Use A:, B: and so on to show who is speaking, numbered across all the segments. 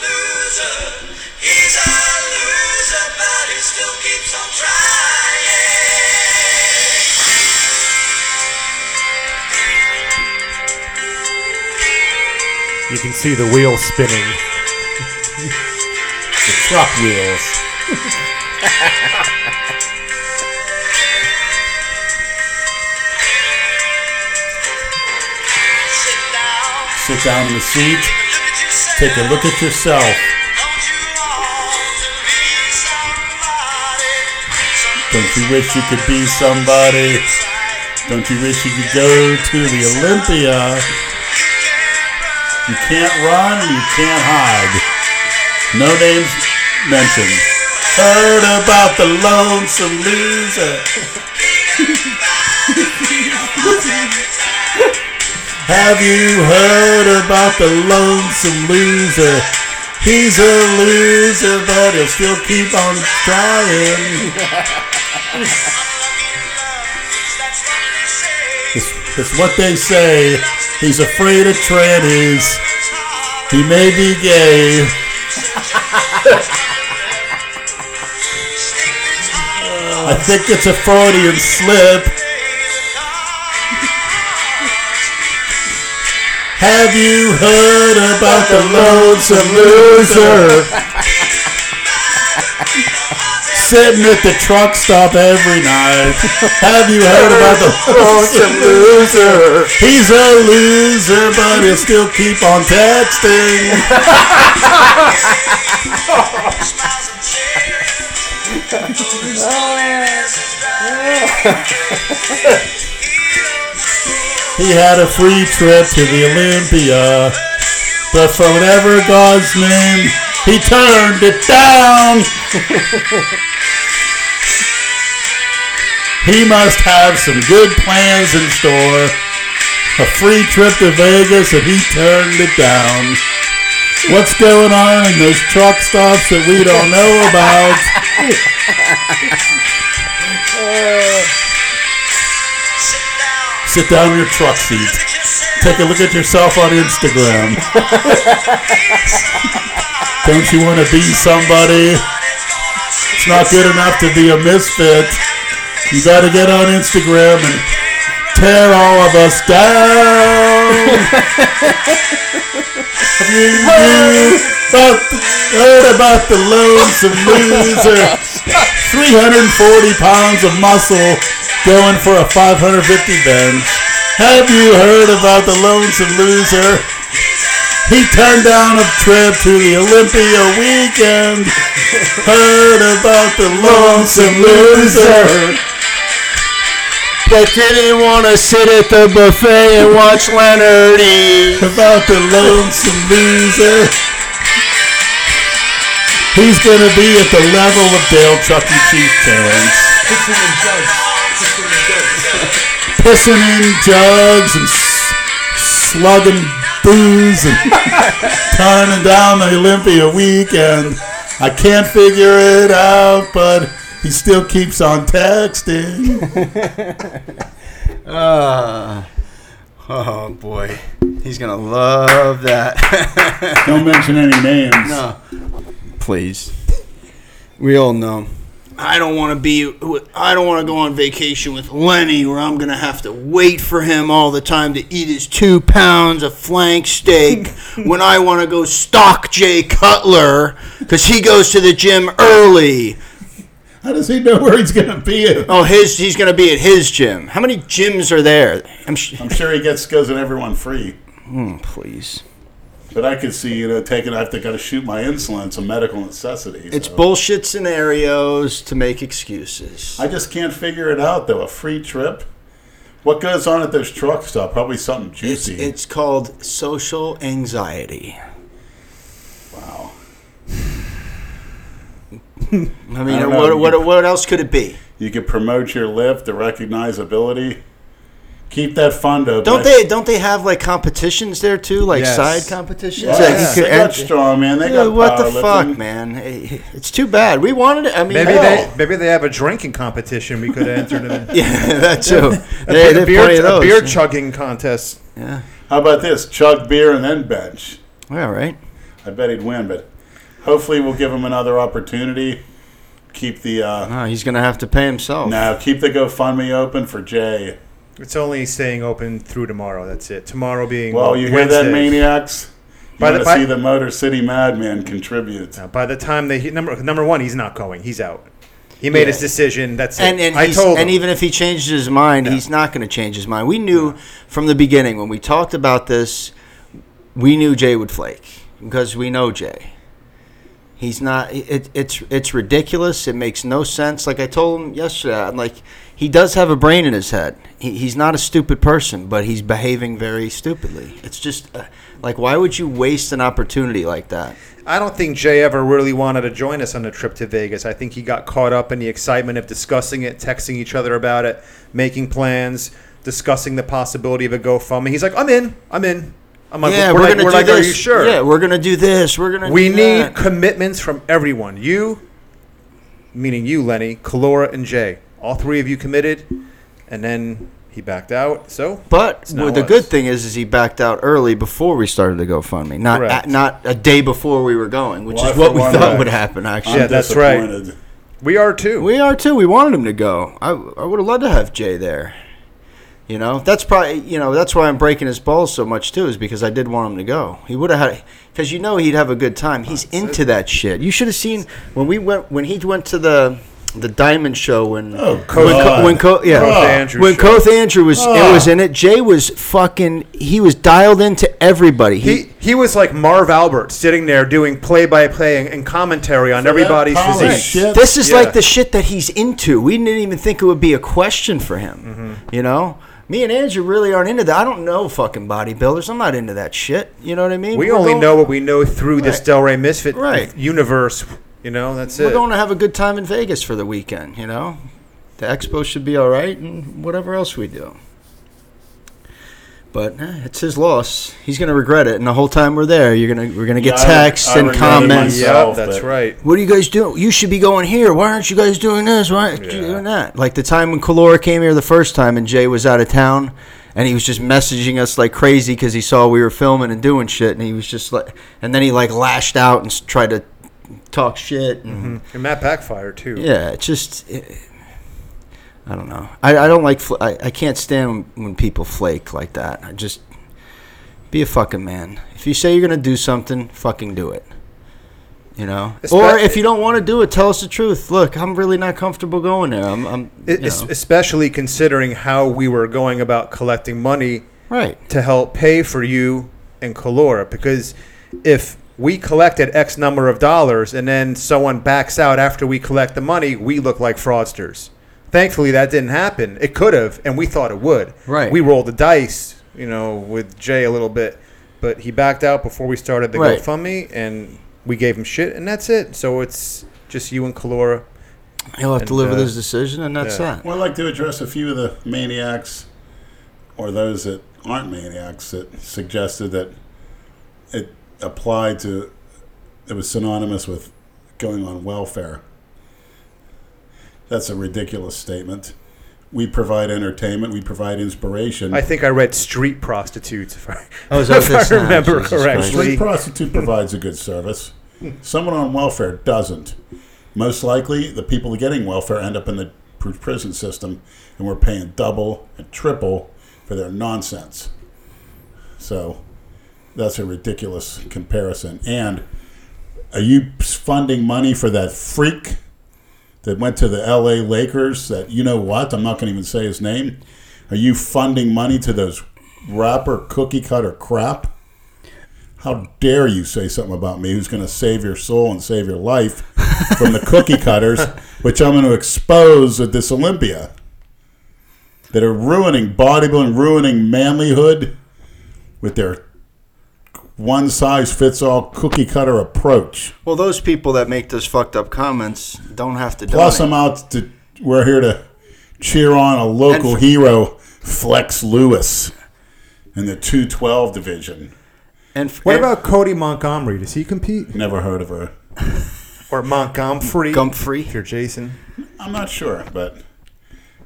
A: loser. He's a loser, but he still keeps on trying.
B: You can see the wheel spinning.
C: The truck wheels.
A: Sit down,
C: Sit down in the seat.
A: look at yourself.
C: Take a look at yourself.
A: Don't you want to be somebody?
C: Don't you wish you could be somebody? Don't you wish you could go to the Olympia? You can't run, you can't hide. No names mentioned. Heard about the lonesome loser. Have you heard about the lonesome loser? He's a loser, but he'll still keep on trying. It's, it's what they say. He's afraid of trannies. He may be gay. I think it's a Freudian slip. Have you heard about the lonesome loser? Sitting at the truck stop every night. Have you heard about the lonesome loser? He's a loser, but he'll still keep on texting. He had a free trip to the Olympia, but for whatever God's name, he turned it down. he must have some good plans in store. A free trip to Vegas, and he turned it down. What's going on in those truck stops that we don't know about? Sit down in your truck seat. Take a look at yourself on Instagram. Don't you want to be somebody? It's not good enough to be a misfit. You got to get on Instagram and tear all of us down. Have you heard about, heard about the lonesome loser? 340 pounds of muscle going for a 550 bench. Have you heard about the lonesome loser? He turned down a trip to the Olympia weekend. Heard about the lonesome loser.
D: That didn't want to sit at the buffet and watch Leonard eat.
C: about the lonesome loser. He's gonna be at the level of Dale Chuck E. Cheese fans. Pissing in jugs and s- slugging booze and turning down the Olympia weekend. I can't figure it out, but he still keeps on texting.
D: Uh, oh boy, he's gonna love that.
C: Don't mention any names.
D: no, please. We all know. I don't want to be. with- I don't want to go on vacation with Lenny, where I'm gonna have to wait for him all the time to eat his two pounds of flank steak. when I want to go stalk Jay Cutler, because he goes to the gym early.
C: How does he know where he's gonna be at?
D: Oh, his he's gonna be at his gym. How many gyms are there? I'm sh-
C: I'm sure he gets goes and everyone free.
D: Mm, please.
C: But I could see, you know, taking I have to gotta shoot my insulin. It's a medical necessity.
D: It's
C: so.
D: bullshit scenarios to make excuses.
C: I just can't figure it out though. A free trip? What goes on at those truck stop? Probably something
D: It's,
C: juicy.
D: it's called social anxiety.
C: wow.
D: I mean,
C: don't know.
D: what, what, what else could it be?
C: You could promote your lift, the recognizability. Keep that fund open.
D: Don't they don't they have like competitions there too, like
E: Yes.
D: side competitions?
C: Yeah,
D: Like, you could
C: They got
D: ent-
C: strong man. They
D: Dude,
C: got
D: what the fuck,
C: powerlifting.
D: man? Eh, It's too bad. We wanted it. I mean,
E: Maybe
D: hell.
E: they maybe they have a drinking competition we could enter in.
D: yeah, that too.
E: A,
D: they,
E: beer-
D: they
E: a beer,
D: play
E: a
D: those.
E: beer chugging contest.
C: How about this? Chug beer and then bench.
D: All right.
C: I bet he'd win, but Hopefully, we'll give him another opportunity. Keep the uh,
F: Oh, he's gonna have to pay himself.
C: now keep the GoFundMe open for Jay.
E: It's only staying open through tomorrow. That's it. Tomorrow being
C: Well, you hear
E: Wednesday.
C: that, maniacs? You
E: By the-
C: want to
E: by-
C: see the Motor City Madman contribute?
E: Now, Uh, by the time they number number one, he's not going. He's out. He made his decision. That's
F: and
E: it.
F: and,
E: I
F: he's-
E: told
F: and
E: him.
F: even if he changes his mind, he's not going to change his mind. We knew from the beginning when we talked about this, we knew Jay would flake because we know Jay. He's not. It, it's it's ridiculous. It makes no sense. Like I told him yesterday, I'm like he does have a brain in his head. He, he's not a stupid person, but he's behaving very stupidly. It's just uh, like why would you waste an opportunity like that?
E: I don't think Jay ever really wanted to join us on the trip to Vegas. I think he got caught up in the excitement of discussing it, texting each other about it, making plans, discussing the possibility of a GoFundMe. He's like, "I'm in. I'm in." I'm like,
F: yeah,
E: "We're,
F: we're,
E: like,
F: gonna
E: we're
F: do
E: like,
F: this.
E: are you sure?"
F: Yeah, we're gonna do this. We're gonna.
E: We
F: do
E: need
F: that.
E: commitments from everyone. You, meaning you, Lenny, Kalora, and Jay. All three of you committed, and then he backed out. So
F: But
E: It's not
F: well, the
E: us.
F: good thing is, is he backed out early before we started the GoFundMe, not
E: Correct.
F: a, not a day before we were going, which
C: Well,
F: is
C: I
F: what
C: for
F: we
C: one,
F: thought
C: uh,
F: would happen. Actually,
E: Yeah, that's right.
C: disappointed.
E: we are too.
F: we are too. We wanted him to go. I I would have loved to have Jay there. You know, that's probably you know that's why I'm breaking his balls so much too, is because I did want him to go. He would have had because you know he'd have a good time. He's into that shit. You should have seen when we went when he went to the the Diamond Show when
C: Oh, God.
F: when, Co- when Co- yeah
C: Coach
E: Andrew
F: when
E: show.
F: Coach Andrew was it was in it. Jay was fucking he was dialed into everybody. He,
E: He he was like Marv Albert sitting there doing play by play and, and commentary on everybody's
C: Holy
E: physique.
C: shit.
F: this is
E: yeah.
F: like the shit that he's into. We didn't even think it would be a question for him.
E: Mm-hmm.
F: You know, me and Andrew really aren't into that. I don't know fucking bodybuilders. I'm not into that shit. You know what I mean?
E: We
F: We're
E: only
F: going-
E: know what we know through this
F: Right.
E: Del Rey Misfit
F: Right.
E: universe. You know, that's
F: we're
E: it.
F: going to have a good time in Vegas for the weekend. You know, the expo should be all right, and whatever else we do. But eh, it's his loss. He's gonna regret it, and the whole time we're there, you're gonna we're gonna get
C: Yeah, I-
F: texts
C: I
F: and
C: regretted
F: comments.
C: myself.
E: yeah,
C: Solved
E: that's
C: it.
E: right.
F: What are you guys doing? You should be going here. Why aren't you guys doing this? Why aren't you
E: Yeah.
F: doing that? Like the time when Kalora came here the first time and Jay was out of town and he was just messaging us like crazy because he saw we were filming and doing shit and he was just like, and then he like lashed out and s- tried to talk shit. And,
E: And Matt backfired too.
F: Yeah, it's just, it, I don't know. I, I don't like, fl- I, I can't stand when people flake like that. I just, be a fucking man. If you say you're going to do something, fucking do it. You know,
E: Espe-
F: or if you don't want to do it, tell us the truth. Look, I'm really not comfortable going there. I'm, I'm
E: It-
F: you
E: es-
F: know.
E: Especially considering how we were going about collecting money
F: right.
E: to help pay for you and Kalora. Because if we collected X number of dollars and then someone backs out after we collect the money, we look like fraudsters. Thankfully, that didn't happen. It could have, and we thought it would.
F: Right.
E: We rolled the dice, you know, with Jay a little bit, but he backed out before we started the
F: Right.
E: GoFundMe, and we gave him shit, and that's it. So it's just you and Kalora.
F: He'll have to
E: And,
F: live with
E: uh,
F: his decision, and that's
E: yeah.
F: that.
C: Well, I'd like to address a few of the maniacs or those that aren't maniacs that suggested that it applied to, it was synonymous with going on welfare. That's a ridiculous statement. We provide entertainment, we provide inspiration.
E: I think I read street prostitutes, if I,
F: Oh, is that
E: if
F: what
E: I
F: this- ah,
E: remember
F: Jesus Christ.
E: correctly.
C: Street prostitute provides a good service. Someone on welfare doesn't. Most likely, the people getting welfare end up in the pr- prison system, and we're paying double and triple for their nonsense. So that's a ridiculous comparison. And are you funding money for that freak that went to the L.A. Lakers? That you know what? I'm not going to even say his name. Are you funding money to those rapper cookie cutter crap? How dare you say something about me who's going to save your soul and save your life from the cookie cutters, which I'm going to expose at this Olympia, that are ruining bodybuilding, ruining manlyhood with their one size fits all cookie cutter approach.
F: Well, those people that make those fucked up comments don't have to.
C: Plus,
F: donate.
C: I'm out to, we're here to cheer on a local
F: And-
C: hero, Flex Lewis, in the 212 division.
F: and f-
E: What
F: and
E: about Cody Montgomery? Does he compete?
C: Never heard of her.
E: Or Montgomery?
F: Gumfrey?
E: If you're Jason.
C: I'm not sure, but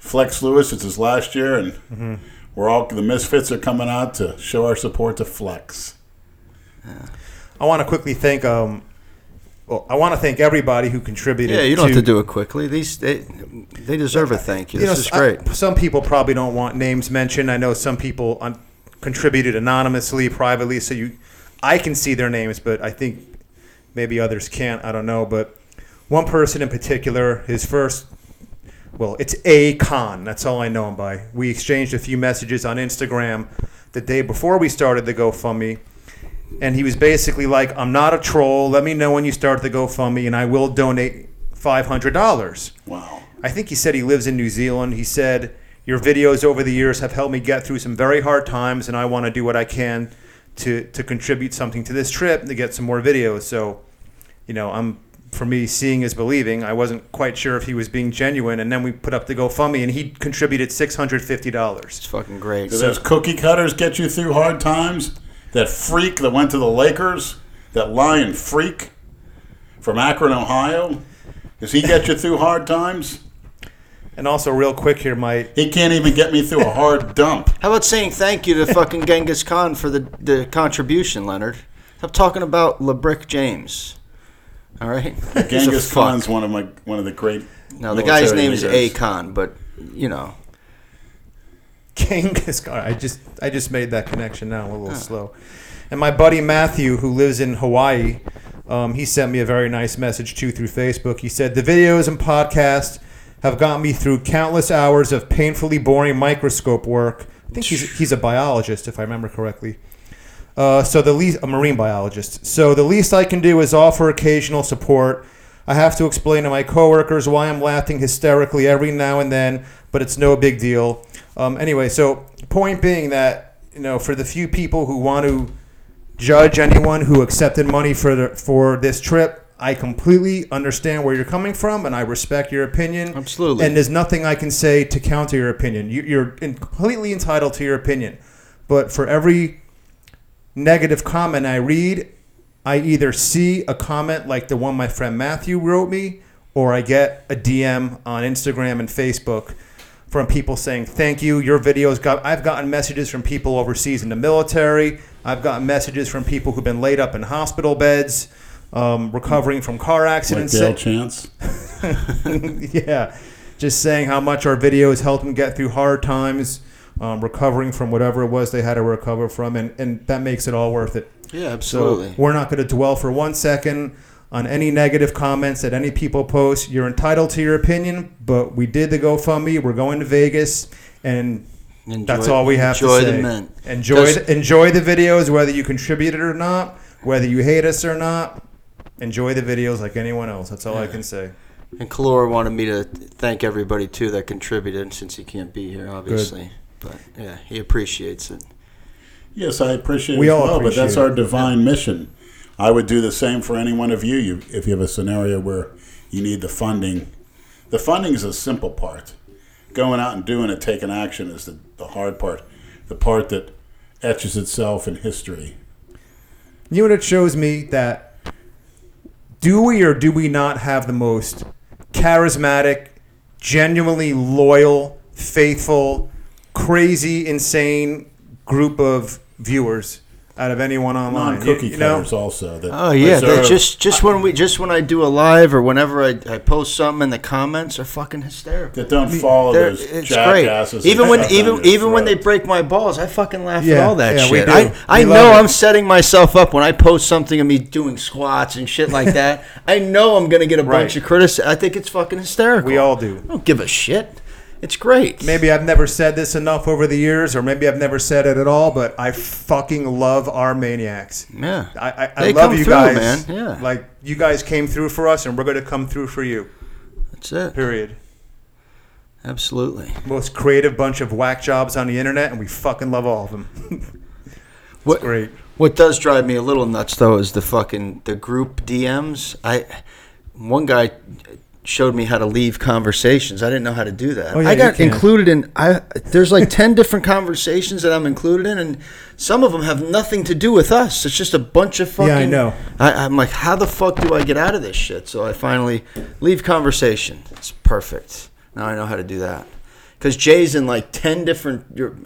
C: Flex Lewis, it's his last year, and we're all the misfits are coming out to show our support to Flex.
E: I want to quickly thank um, well, I want to thank everybody who contributed.
F: Yeah, you don't have to do it quickly. These they, they deserve a thank you.
E: you know,
F: This is
E: I-
F: great.
E: some people probably don't want names mentioned. I know some people un- contributed anonymously, privately, so you, I can see their names, but I think maybe others can't. I don't know, but one person in particular, his first, well, it's A Con. That's all I know him by. We exchanged a few messages on Instagram the day before we started the GoFundMe. And he was basically like, I'm not a troll. Let me know when you start the GoFundMe, and I will donate $500.
C: Wow.
E: I think he said he lives in New Zealand. He said, Your videos over the years have helped me get through some very hard times, and I want to do what I can to, to contribute something to this trip and to get some more videos. So, you know, I'm for me, seeing is believing. I wasn't quite sure if he was being genuine, and then we put up the GoFundMe, and he contributed six hundred fifty dollars.
F: It's fucking great.
C: Do those cookie cutters get you through hard times? That freak that went to the Lakers, that lion freak from Akron, Ohio, does he get you through hard times?
E: And also, real quick here, my
C: He can't even get me through a hard dump.
F: How about saying thank you to fucking Genghis Khan for the, the contribution, Leonard? Stop talking about LeBrick James. All right? He's a
C: Genghis
F: fuck.
C: Khan's one of my one of the great.
F: Now, the guy's
C: military
F: name is A
C: leaders.
F: Khan, but, you know.
E: Genghis Khan. I just I just made that connection now. I'm a little slow. And my buddy Matthew, who lives in Hawaii, um, he sent me a very nice message too through Facebook. He said the videos and podcast have got me through countless hours of painfully boring microscope work. I think he's he's a biologist, if I remember correctly. Uh, so the least a marine biologist. So the least I can do is offer occasional support. I have to explain to my coworkers why I'm laughing hysterically every now and then, but it's no big deal. Um, anyway, so point being that you know, for the few people who want to judge anyone who accepted money for the, for this trip, I completely understand where you're coming from, and I respect your opinion.
F: Absolutely.
E: And there's nothing I can say to counter your opinion. You, you're in, completely entitled to your opinion, but for every negative comment I read, I either see a comment like the one my friend Matthew wrote me, or I get a DM on Instagram and Facebook from people saying, Thank you, your videos got. I've gotten messages from people overseas in the military. I've gotten messages from people who've been laid up in hospital beds, um, recovering from car
C: Like
E: accidents.
C: Dale Chance.
E: yeah. Just saying how much our videos helped them get through hard times, um, recovering from whatever it was they had to recover from, and, and that makes it all worth it.
F: Yeah,
E: So
F: absolutely.
E: we're not going to dwell for one second on any negative comments that any people post. You're entitled to your opinion, but we did the GoFundMe. We're going to Vegas, and
F: Enjoy-
E: that's all we have
F: enjoy
E: to
F: the
E: say.
F: mint.
E: Enjoy
F: Does-
E: the, enjoy the videos, whether you contributed or not, whether you hate us or not. Enjoy the videos like anyone else. That's all I can say.
F: and Kalora wanted me to thank everybody, too, that contributed since he can't be here, obviously. But, yeah, he appreciates it.
C: Yes, I appreciate
E: We
C: it as
E: all
C: well, but that's
E: appreciate
C: our divine mission. I would do the same for any one of you, you if you have a scenario where you need the funding. The funding is a simple part. Going out and doing it, taking action is the, the hard part, the part that etches itself in history.
E: You know what it shows me that do we or do we not have the most charismatic, genuinely loyal, faithful, crazy, insane group of viewers out of anyone online?
C: Non cookie
E: you, you know?
C: cutters also. That
F: Oh yeah, that
C: deserve-
F: just just when we just when I do a live or whenever I, I post something and the comments are fucking hysterical.
C: that don't follow
F: They're-
C: those
F: it's
C: jackasses.
F: great.
C: that
F: Even when
C: shove down
F: even
C: your
F: even when they
C: throat.
F: break my balls, I fucking laugh at
E: Yeah,
F: all that
E: yeah, we
F: shit.
E: do.
F: I, I
E: We love
F: know
E: it.
F: I'm setting myself up when I post something of me doing squats and shit like that. I know I'm gonna get a bunch
E: Right.
F: of criticism. I think it's fucking hysterical.
E: We all do.
F: I don't give a shit. It's great.
E: Maybe I've never said this enough over the years, or maybe I've never said it at all, but I fucking love our maniacs.
F: Yeah.
E: I, I, I
F: They
E: love
F: come
E: you
F: through,
E: guys.
F: man. Yeah.
E: Like, you guys came through for us, and we're going to come through for you.
F: That's it.
E: Period.
F: Absolutely.
E: most creative bunch of whack jobs on the internet, and we fucking love all of them.
F: What,
E: Great.
F: What does drive me a little nuts though is the fucking the group DMs. I one guy showed me how to leave conversations. I didn't know how to do that.
E: Oh, yeah,
F: I
E: you
F: got
E: can.
F: included in I there's like 10 different conversations that I'm included in and some of them have nothing to do with us. It's just a bunch of
E: I
F: fucking
E: know.
F: I, I'm like how the fuck do I get out of this shit? So I finally leave conversation. It's perfect. Now I know how to do that. Cuz Jay's in like 10 different you're-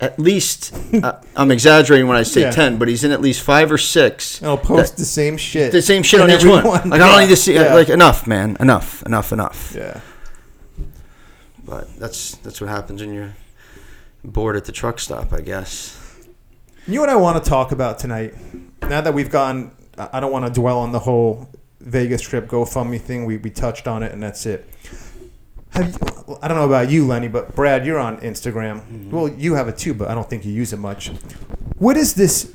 F: at least, uh, I'm exaggerating when I say
G: Yeah.
F: 10, but he's in at least five or six.
E: I'll Oh, post the same shit.
F: The same shit
E: in
F: on each
E: every
F: one. Like, I
E: Yeah.
F: don't need to see,
G: Yeah.
F: like, enough, man. Enough, enough, enough.
E: Yeah.
F: But that's that's what happens when you're bored at the truck stop, I guess.
E: You know what I want to talk about tonight? Now that we've gotten, I I don't want to dwell on the whole Vegas trip GoFundMe thing. We, we touched on it and that's it. Have you, I don't know about you, Lenny, but Brad, you're on Instagram.
F: Mm-hmm.
E: Well, you have it too, but I don't think you use it much. What is this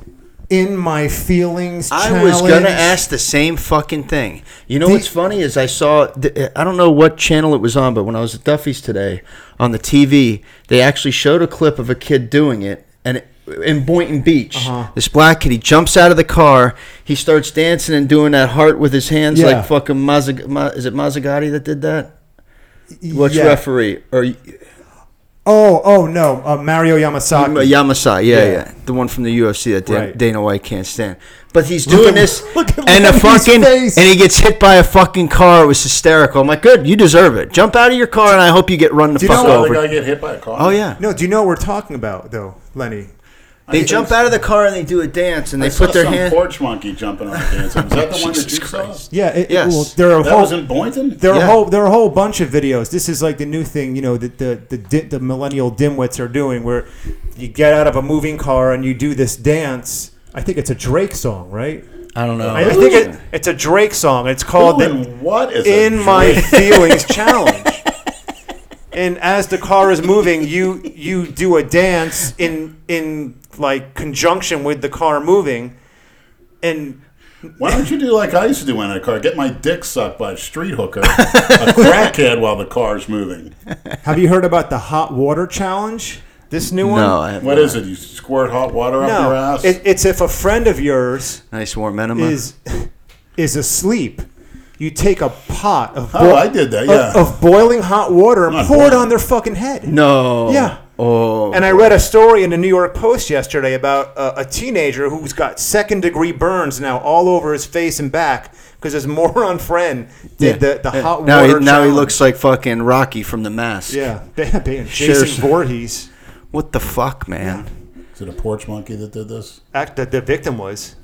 E: in my feelings?
F: I was going
E: challenge?
F: to ask the same fucking thing. You know
E: The-
F: what's funny is I saw, th- I don't know what channel it was on, but when I was at Duffy's today on the TV, they actually showed a clip of a kid doing it. And it, in Boynton Beach,
E: Uh-huh.
F: this black kid, he jumps out of the car. He starts dancing and doing that heart with his hands
E: Yeah.
F: like fucking Mazag- Ma- Is it Mazagatti that did that? Which
E: Yeah.
F: referee? Or
E: Oh, oh no, uh, Mario Yamasaki.
F: Um, Yamasai, yeah,
E: Yeah.
F: yeah, the one from the UFC that Dan-
E: Right.
F: Dana White can't stand. But he's
E: at-
F: doing this,
E: look at
F: and a
E: Lenny's
F: fucking,
E: face.
F: and he gets hit by a fucking car. It was hysterical. I'm like, good, you deserve it. Jump out of your car, and I hope you get run the
E: you
F: fuck
E: know what uh,
C: Saw the guy
F: over.
C: get hit by a car.
F: oh yeah,
E: No, do you know what we're talking about though, Lenny?
F: they jump out of the car and they do a dance, and they
C: I
F: put
C: saw
F: their
C: some
F: hand.
C: porch monkey jumping on the dance. Was that the one that
F: Jesus
C: you saw?
E: Yeah. It,
F: Yes.
E: well, there are a
C: That
E: whole-
C: was in Boynton.
E: There are a
F: Yeah.
E: whole there are a whole bunch of videos. This is like the new thing, you know, that the the di- the millennial dimwits are doing, where you get out of a moving car and you do this dance. I think it's a Drake song, right?
F: I don't know.
E: I, I think it, it's a Drake song. It's called
C: Who
E: the
C: and Oh, what is a
E: "In My
C: drink?
E: Feelings" challenge. And as the car is moving, you you do a dance in in like conjunction with the car moving, and
C: Why don't you do like I used to do when I had a car? Get my dick sucked by a street hooker, a crackhead while the car's moving.
E: Have you heard about the hot water challenge? This new one?
F: no, I have
C: What
F: not.
C: is it? You squirt hot water up your
E: No.
C: ass?
E: It, it's if a friend of yours
F: Nice warm enema.
E: is is asleep, you take a pot of
C: oh,
E: boi-
C: I did that.
E: of-
C: Yeah.
E: of, boiling hot water and
C: Not
E: pour it
C: boiling.
E: on their fucking head.
F: no.
E: Yeah.
F: Oh.
E: And I read a story in the New York Post yesterday about a, a teenager who's got second degree burns now all over his face and back because his moron friend did
F: Yeah.
E: the, the hot
F: now
E: water
F: he, now he
E: challenge.
F: looks like fucking Rocky from The Mask.
E: yeah, They-
F: Shares-
E: Jason Voorhees.
F: What the fuck, man?
C: is it a porch monkey that did this?
E: Act the, the victim was.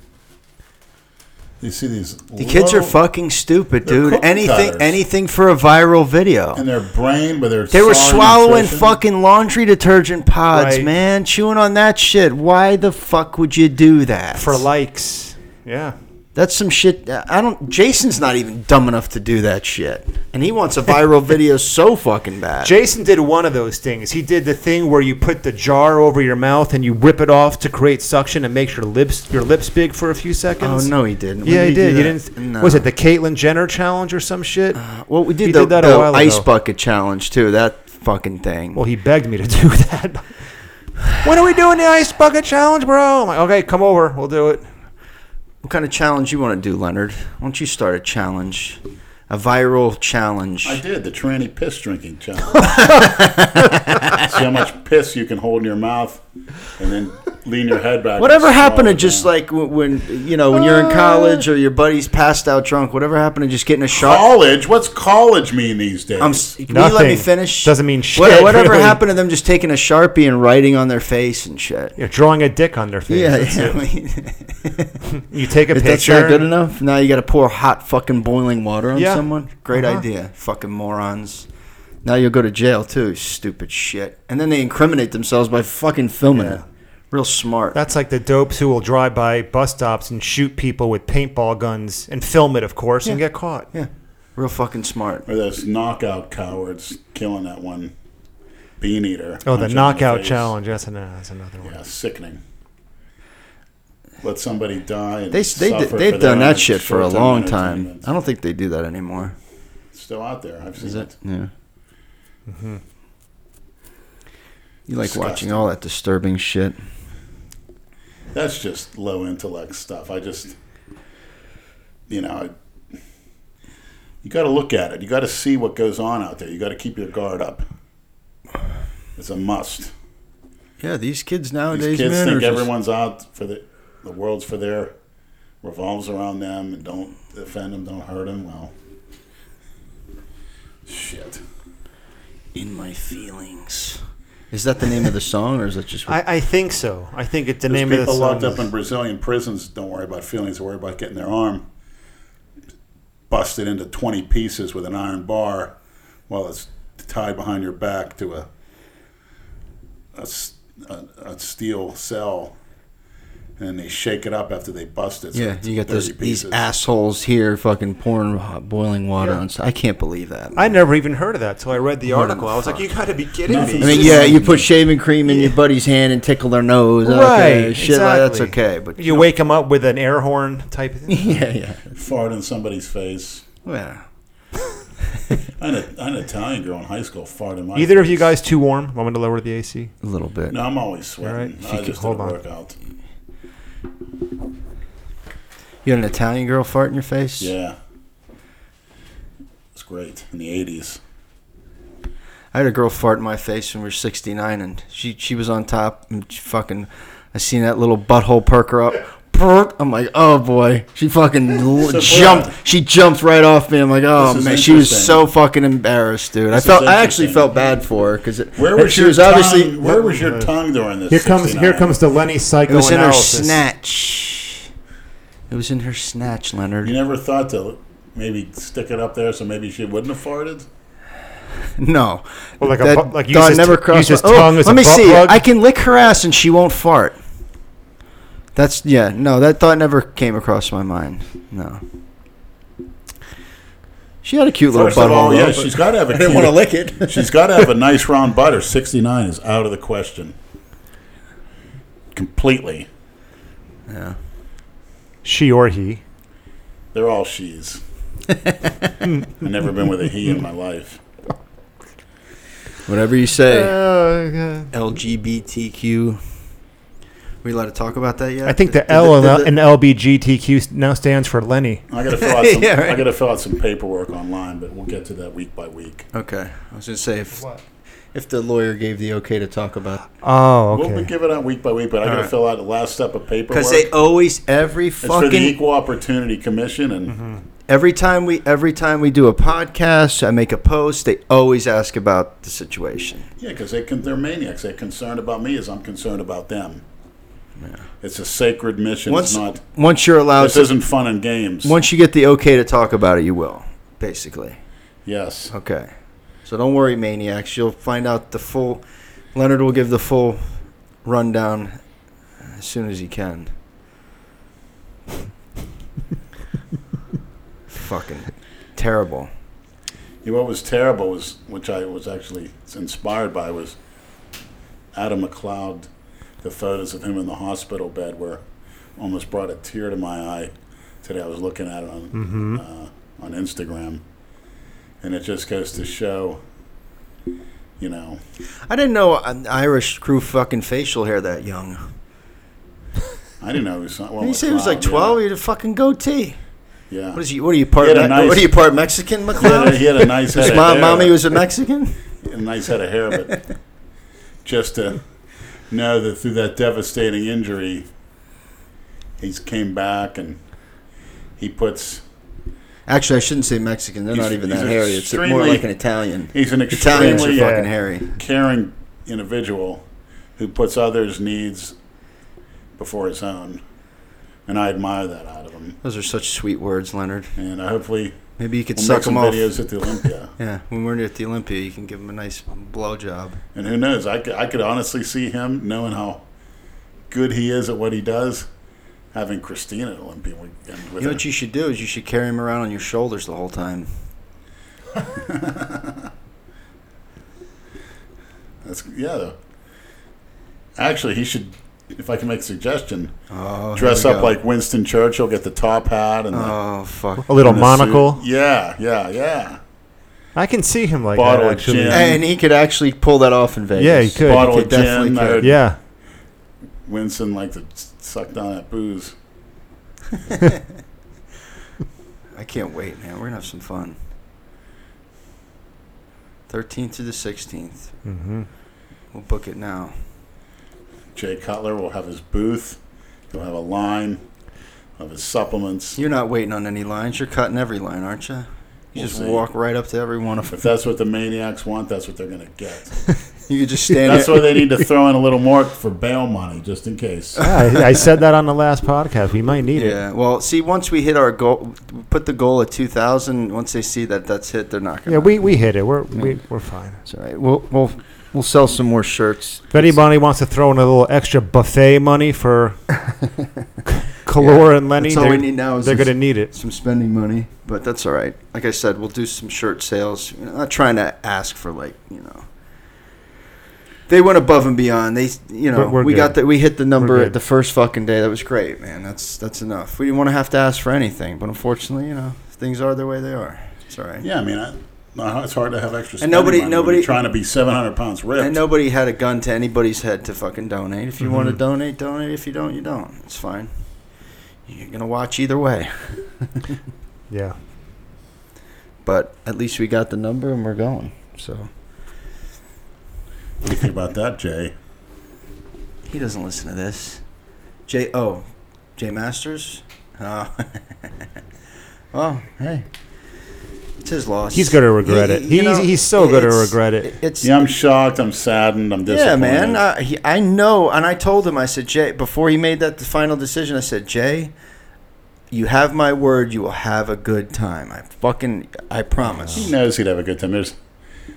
C: You see these.
F: The kids are fucking stupid,
C: They're
F: dude.
C: cookie
F: Anything,
C: cutters.
F: anything for a viral video.
C: And their brain, but they're.
F: They were swallowing
C: nutrition.
F: fucking laundry detergent pods,
E: Right.
F: man, chewing on that shit. Why the fuck would you do that?
E: for likes. Yeah.
F: That's some shit. I don't. Jason's not even dumb enough to do that shit, and he wants a viral video so fucking bad.
E: Jason did one of those things. He did the thing where you put the jar over your mouth and you rip it off to create suction and makes your lips your lips big for a few
F: oh
E: seconds.
F: no, he didn't. When
E: Yeah, he
F: do
E: did. You
F: that?
E: didn't.
F: No. Uh,
E: Was it the Caitlyn Jenner challenge or some shit?
F: Well, we did
E: He
F: the,
E: did that a
F: the
E: while
F: ice
E: ago.
F: bucket challenge too. That fucking thing.
E: well, he begged me to do that. when are we doing the ice bucket challenge, bro? I'm like, okay, come over. We'll do it.
F: what kind of challenge you want to do, Leonard? Why don't you start a challenge, a viral challenge?
C: I did the tranny piss drinking challenge. See how much piss you can hold in your mouth, and then lean your head back. and
F: Whatever happened
C: swallow
F: to
C: it
F: just
C: down.
F: like w- when you know when you're in college or your buddy's passed out drunk? Whatever happened to just getting a shot?
C: college? What's college mean these days?
F: I'm. s- Can you let me
E: Nothing.
F: finish?
E: Doesn't mean
F: What-
E: shit,
F: whatever
E: really.
F: happened to them just taking a sharpie and writing on their face and shit?
E: You're drawing a dick on their face.
F: Yeah,
E: That's
F: yeah.
E: it.
F: I mean,
E: You take a
F: if that's
E: picture.
F: not good enough, now you got to pour hot fucking boiling water on
E: Yeah.
F: someone. Great
E: Uh-huh.
F: idea, fucking morons. Now you'll go to jail too, stupid shit. And then they incriminate themselves by fucking filming it. Real smart.
E: That's like the dopes who will drive by bus stops and shoot people with paintball guns and film it, of course, and get caught.
F: yeah, real fucking smart.
C: or those knockout cowards killing that one bean eater.
E: Oh,
C: Punch him
E: the
C: in
E: knockout
C: face.
E: challenge. That's another, that's another one.
C: Yeah, sickening. Let somebody die. And
F: They, they,
C: suffer for
F: they've
C: their
F: done
C: own
F: that shit for a
C: short-term
F: long time.
C: entertainment.
F: I don't think they do that anymore.
C: It's still out there. I've seen
F: Is
C: it.
F: it? Yeah. You like
C: Mm-hmm. Disgusting.
F: watching all that disturbing shit.
C: That's just low intellect stuff. I just, you know, I- you got to look at it. You got to see what goes on out there. You got to keep your guard up. It's a must.
F: Yeah, these kids
C: These
F: nowadays,
C: kids
F: man, are
C: think
F: just-
C: everyone's out for the the world's for their revolves around them and don't offend them, don't hurt them. Well, shit.
F: in my feelings. Is that the name of the song, or is that just?
H: I, I think so. I think it's the
C: There's
H: name
C: people
H: of the song.
C: locked up
H: is-
C: in Brazilian prisons don't worry about feelings. They worry about getting their arm busted into 20 pieces with an iron bar while it's tied behind your back to a a, s- a- a steel cell. And then they shake it up after they bust it. so
F: yeah,
C: it's
F: you got
C: 30
F: those these
C: pieces.
F: assholes here fucking pouring hot boiling water on. s- I can't believe that.
H: I never even heard of that till I read the article. I was like, you got to be kidding
C: Nothing.
H: me.
F: I mean, yeah, you put shaving cream in your buddy's hand and tickle their nose. Okay,
H: Right,
F: shit, like, that's
H: exactly.
F: okay. But
H: You wake him up with an air horn type of thing.
F: yeah, yeah,
C: Fart in somebody's face.
F: yeah.
C: I had, a, I had an Italian girl in high school fart in my
E: Either of
C: face.
E: you guys too warm? Want me to lower the AC?
F: A little bit.
C: No, I'm always sweating.
E: right, if you
C: I
E: could-
C: just
E: hold
C: did a
E: on.
C: workout.
F: You had an Italian girl fart in your face.
C: Yeah. It's great. In the 80s.
F: I had a girl fart in my face when we were 69, and she she was on top, and she fucking, I seen that little butthole perker up. Perk. I'm like, oh boy, she fucking l-
C: So
F: jumped.
C: proud.
F: She jumped right off me. I'm like, oh
C: This is
F: man, she was
C: interesting.
F: so fucking embarrassed, dude.
C: This
F: I felt,
C: is
F: I actually
C: interesting.
F: felt bad for her because
C: Where was
F: she
C: your
F: was
C: tongue,
F: obviously
C: Where was your tongue during this?
I: Here comes here
C: 69?
I: comes the Lenny
F: it was in her
I: psychoanalysis.
F: snatch. It was in her snatch, Leonard.
C: You never thought to maybe stick it up there, so maybe she wouldn't have farted.
F: No,
E: Well, like a
F: that
E: bu- like use
F: thought
E: his
F: never
E: t-
F: crossed.
E: use
F: my-
E: his
F: oh,
E: tongue as
F: let
E: a
F: me
E: butt
F: see.
E: plug?
F: I can lick her ass and she won't fart. That's yeah. No, that thought never came across my mind. No. She had a cute
C: First of
F: little butthole.
C: all, yeah,
F: though,
C: she's got to have a.
F: but-
C: cute- She's got to have a nice round butt, or sixty nine is out of the question. Completely,
E: She or he.
C: they're all she's. I've never been with a he in my life.
F: Whatever you say.
H: Uh,
F: LGBTQ. We allowed to talk about that yet?
E: I think
F: Did-
E: the
F: did
E: L
F: did
E: and LBGTQ now stands for Lenny.
C: I got to fill out some.
F: Yeah, right.
C: I got to fill out some paperwork online, but we'll get to that week by week.
F: Okay, I was gonna say if if the lawyer gave the okay to talk about
E: Oh,
C: We'll be
E: okay.
C: giving out week by week, but I got to fill out the last step of paperwork.
F: because they always every
C: It's for the
F: fucking Mm-hmm.
C: Equal Opportunity Commission, and
F: every time we every time we do a podcast, I make a post. They always ask about the situation.
C: yeah, because they can, they're maniacs. They're concerned about me as I'm concerned about them. It's a sacred mission.
F: once
C: it's not.
F: once you're allowed
C: This
F: to,
C: isn't fun and games.
F: once you get the okay to talk about it, you will basically.
C: yes,
F: Okay, so don't worry, maniacs. You'll find out the full. Leonard will give the full rundown as soon as he can. Fucking terrible.
C: You know, what was terrible was, which I was actually inspired by, was Adam McLeod. The photos of him in the hospital bed were almost brought a tear to my eye. Today I was looking at it on
F: Mm-hmm.
C: uh, on Instagram, and it just goes to show, you know,
F: I didn't know an Irish grew fucking facial hair that young.
C: I didn't know he was. Well,
F: Didn't you say he was like
C: McLeod, yeah.
F: twelve? He had a fucking goatee.
C: Yeah.
F: What is he? What are you part?
C: He had a
F: Me-
C: nice-
F: what are you part Mexican,
C: He had a,
F: McLeod?
C: he had a nice head
F: His
C: of
F: mom,
C: hair.
F: mommy was a Mexican.
C: a nice head of hair, but just to know that through that devastating injury, he's came back and he puts.
F: Actually, I shouldn't say Mexican. They're
C: He's-
F: not even
C: he's
F: that hairy. It's more
C: extremely-
F: like an Italian.
C: He's an
F: Italians are
C: extremely uh,
E: yeah.
F: fucking hairy.
C: caring individual who puts others' needs before his own, and I admire that out of him.
F: Those are such sweet words, Leonard.
C: And I hopefully
F: Maybe you could
C: we'll
F: suck
C: make
F: them
C: some
F: off.
C: videos at the Olympia.
F: Yeah, when we're at the Olympia, you can give them a nice blowjob.
C: And who knows? I could, I could honestly see him, knowing how good he is at what he does, having Christina at Olympia weekend with
F: You know
C: her.
F: what you should do is you should carry him around on your shoulders the whole time.
C: That's, yeah, though. Actually, he should, if I can make a suggestion,
F: Oh, here
C: dress
F: we
C: up
F: go.
C: like Winston Churchill, get the top hat and the,
F: Oh fuck!
E: A little
C: and the
E: monocle.
C: suit. Yeah, yeah, yeah.
E: I can see him like
C: Bottle
E: that,
C: of
E: actually.
C: gin.
F: And he could actually pull that off in Vegas.
E: Yeah, he could.
C: Bottle
F: could
C: of gin.
F: definitely
C: I
F: could.
C: heard
E: Yeah.
C: Winston like to suck down that booze.
F: I can't wait, man. We're gonna have some fun. Thirteenth to the 16th
E: Mhm.
F: We'll book it now.
C: Jay Cutler will have his booth. He'll have a line of his supplements.
F: You're not waiting on any lines. You're cutting every line, aren't you? You
C: We'll
F: just
C: see.
F: walk right up to every one of them.
C: If that's what the maniacs want, that's what they're going to get.
F: You just stand
C: That's
F: there.
C: where they need to throw in a little more for bail money, just in case.
E: I, I said that on the last podcast. We might need it.
F: yeah. Well, see, once we hit our goal, we put the goal at 2,000. Once they see that that's hit, they're not
E: Yeah,
F: going to.
E: we, we hit it. We're we, we're fine.
F: It's all right. We'll, we'll, we'll sell some more shirts.
E: If anybody wants to throw in a little extra buffet money for Kalora and Lenny,
F: That's all
E: they're,
F: we need now is
E: they're
F: this-
E: going to need it.
F: some spending money, but that's all right. Like I said, we'll do some shirt sales. You know, not trying to ask for like you know. They went above and beyond. They, you know,
E: We're- we're
F: we got
E: good.
F: that. We hit the
E: We're
F: number
E: good.
F: at the first fucking day. That was great, man. That's that's enough. We didn't want to have to ask for anything, but unfortunately, you know, things are the way they are. It's all right.
C: Yeah, I mean, I, no, it's hard to have extra.
F: And
C: spending
F: nobody-
C: money when you're
F: nobody-
C: trying to be seven hundred pounds ripped.
F: And nobody had a gun to anybody's head to fucking donate. If you want
E: Mm-hmm.
F: to donate, donate. If you don't, you don't. It's fine. You're gonna watch either way.
E: Yeah.
F: But at least we got the number and we're going. So
C: What do you think about that, Jay?
F: He doesn't listen to this. J O, J Masters. Oh, well, hey, it's his loss.
E: He's gonna regret it.
F: you
E: He's- he's so gonna
F: it's-
E: regret it.
F: It's
C: Yeah, I'm shocked. I'm saddened. I'm
F: yeah,
C: disappointed.
F: man. I, he, I know, and I told him. I said, Jay, before he made that the final decision, I said, Jay, you have my word. You will have a good time. I fucking, I
E: Oh.
C: he
F: promise.
C: knows he'd have a good time. There's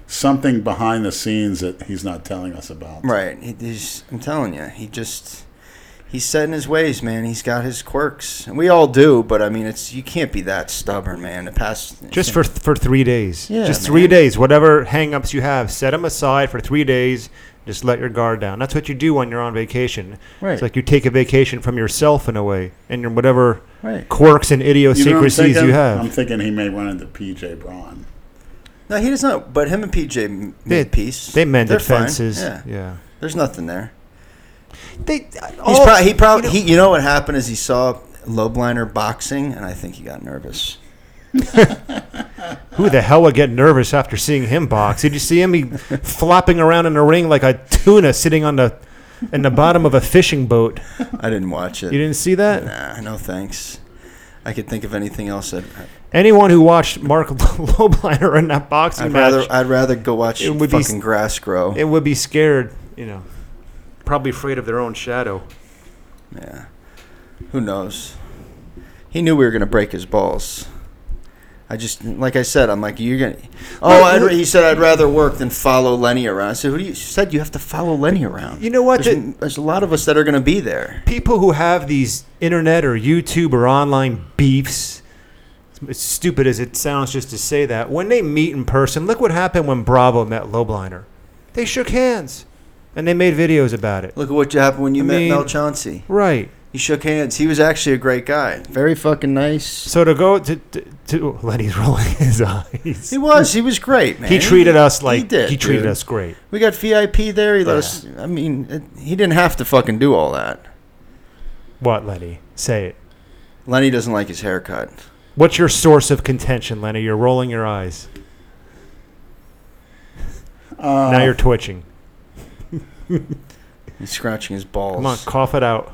C: something behind the scenes that he's not telling us about.
F: Right. He, he's, I'm telling you, he just he's set in his ways, man. He's got his quirks, and we all do. But I mean, it's you can't be that stubborn, man. The past
E: Just for for three days.
F: Yeah,
E: just three
F: man.
E: days. Whatever hang-ups you have, set them aside for three days. Just let your guard down. That's what you do when you're on vacation.
F: Right.
E: It's like you take a vacation from yourself in a way, and your whatever
F: Right.
E: quirks and
C: You know what I'm
E: idiosyncrasies
C: thinking?
E: you have.
C: I'm thinking he may run into PJ Braun.
F: no, he does not. But him and PJ m-
E: They-
F: made peace.
E: They mended
F: They're fine,
E: fences.
F: Yeah.
E: yeah.
F: The's nothing there.
E: They. uh,
F: He's probably he probably he. You know what happened is he saw Lobliner boxing, and I think he got nervous.
E: Who the hell would get nervous after seeing him box? Did you see him? He flopping around in the ring like a tuna sitting on the in the bottom of a fishing boat.
F: I didn't watch it.
E: You didn't see that?
F: Nah, no thanks. I could think of anything else. I'd,
E: Anyone who watched Mark Lobliner in that boxing
F: I'd
E: match,
F: rather I'd rather go watch
E: It would be
F: fucking grass grow.
E: it would be scared. You know, probably afraid of their own shadow.
F: Yeah. Who knows? He knew we were gonna break his balls. I just, like I said, I'm like, you're gonna. Oh, I'd, ra- he said I'd rather work than follow Lenny around. I said, who do you she said you have to follow Lenny around?
E: You know what?
F: There's,
E: The-
F: there's a lot of us that are gonna be there.
E: people who have these internet or YouTube or online beefs, as stupid as it sounds just to say that, when they meet in person, look what happened when Bravo met Lobliner. They shook hands and they made videos about it.
F: Look at what happened when you
E: I
F: met
E: mean-
F: Mel Chauncey.
E: Right.
F: You shook hands. He was actually a great guy. Very fucking nice.
E: So to go to, to, to Lenny's rolling his eyes.
F: He was. He was great, man.
E: He treated us like he,
F: did,
E: treated
F: dude.
E: us great.
F: We got VIP there. He let us. I mean, it, he didn't have to fucking do all that.
E: What, Lenny? Say it.
F: Lenny doesn't like his haircut.
E: What's your source of contention, Lenny? You're rolling your eyes.
C: Uh,
E: now you're twitching.
F: He's scratching his balls.
E: Come on, cough it out.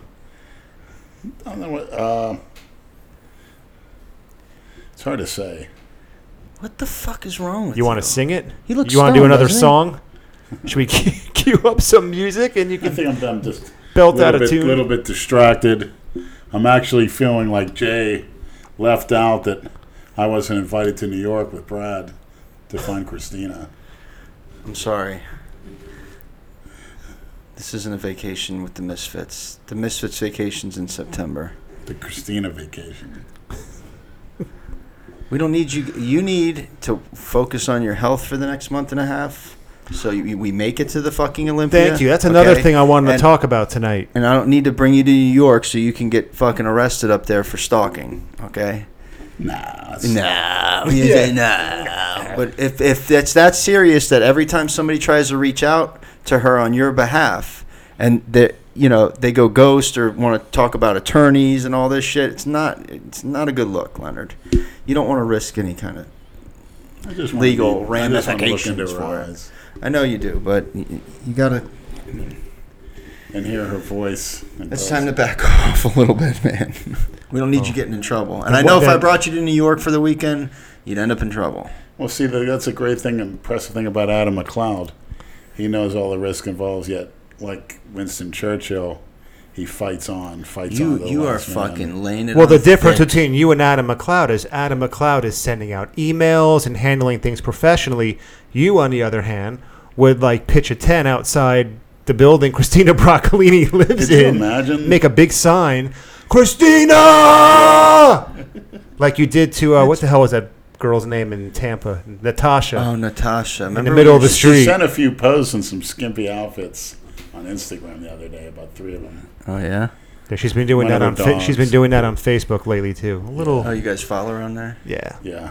C: I don't know what. Uh, it's hard to say.
F: What the fuck is wrong with
E: You want to sing it?
F: He looks
E: You want to do
F: stoned,
E: another
F: doesn't he?
E: song? Should we cue cue up some music and you
C: I
E: can
C: think I'm, I'm just
E: belt
C: a
E: out a
C: bit,
E: tune?
C: little bit distracted. I'm actually feeling like Jay left out that I wasn't invited to New York with Brad to find Christina.
F: I'm sorry. This isn't a vacation with the Misfits. The Misfits vacation's in September.
C: The Christina vacation.
F: We don't need you. You need to focus on your health for the next month and a half. So you, we make it to the fucking Olympia.
E: Thank you. That's another
F: okay?
E: thing I wanted
F: And-
E: to talk about tonight.
F: And I don't need to bring you to New York so you can get fucking arrested up there for stalking. Okay.
C: Nah. it's-
F: No, no. But if if it's that serious that every time somebody tries to reach out to her on your behalf, and that you know they go ghost or want to talk about attorneys and all this shit, it's not it's not a good look, Leonard. You don't want to risk any kind of.
C: I just wanna
F: Legal
C: be- I just wanna look
F: ramifications
C: into her
F: for it.
C: eyes
F: I know you do, but y- you gotta.
C: And hear her voice. and
F: It's
C: tell
F: time to
C: us-
F: back off a little bit, man. We don't
J: Oh.
F: need you getting in trouble. And I
E: Then
F: know
E: what-
F: if I
E: then-
F: brought you to New York for the weekend, you'd end up in trouble.
C: Well, see, the, that's a great thing, impressive thing about Adam McLeod. He knows all the risk involved. Yet, like Winston Churchill, he fights on, fights on. to
F: You
C: the
F: you are
C: last man.
F: fucking laying it.
J: Well,
F: on
J: the difference
F: thick.
J: between you and Adam McLeod is Adam McLeod is sending out emails and handling things professionally. You, on the other hand, would like pitch a tent outside the building Christina Broccolini lives
C: Could you
J: in.
C: imagine?
J: Make a big sign, Christina, like you did to uh, what the hell was that girl's name in Tampa, Natasha,
F: oh Natasha
J: in the middle of the
C: She
J: street.
C: sent a few posts and some skimpy outfits on Instagram the other day. About three of them.
F: Oh yeah.
J: Yeah, she's been doing
C: one of
J: that on.
C: her
J: Fa- she's been
C: dogs.
J: doing that on Facebook lately too. A little,
F: Oh, you guys follow her on there?
J: yeah,
C: Yeah.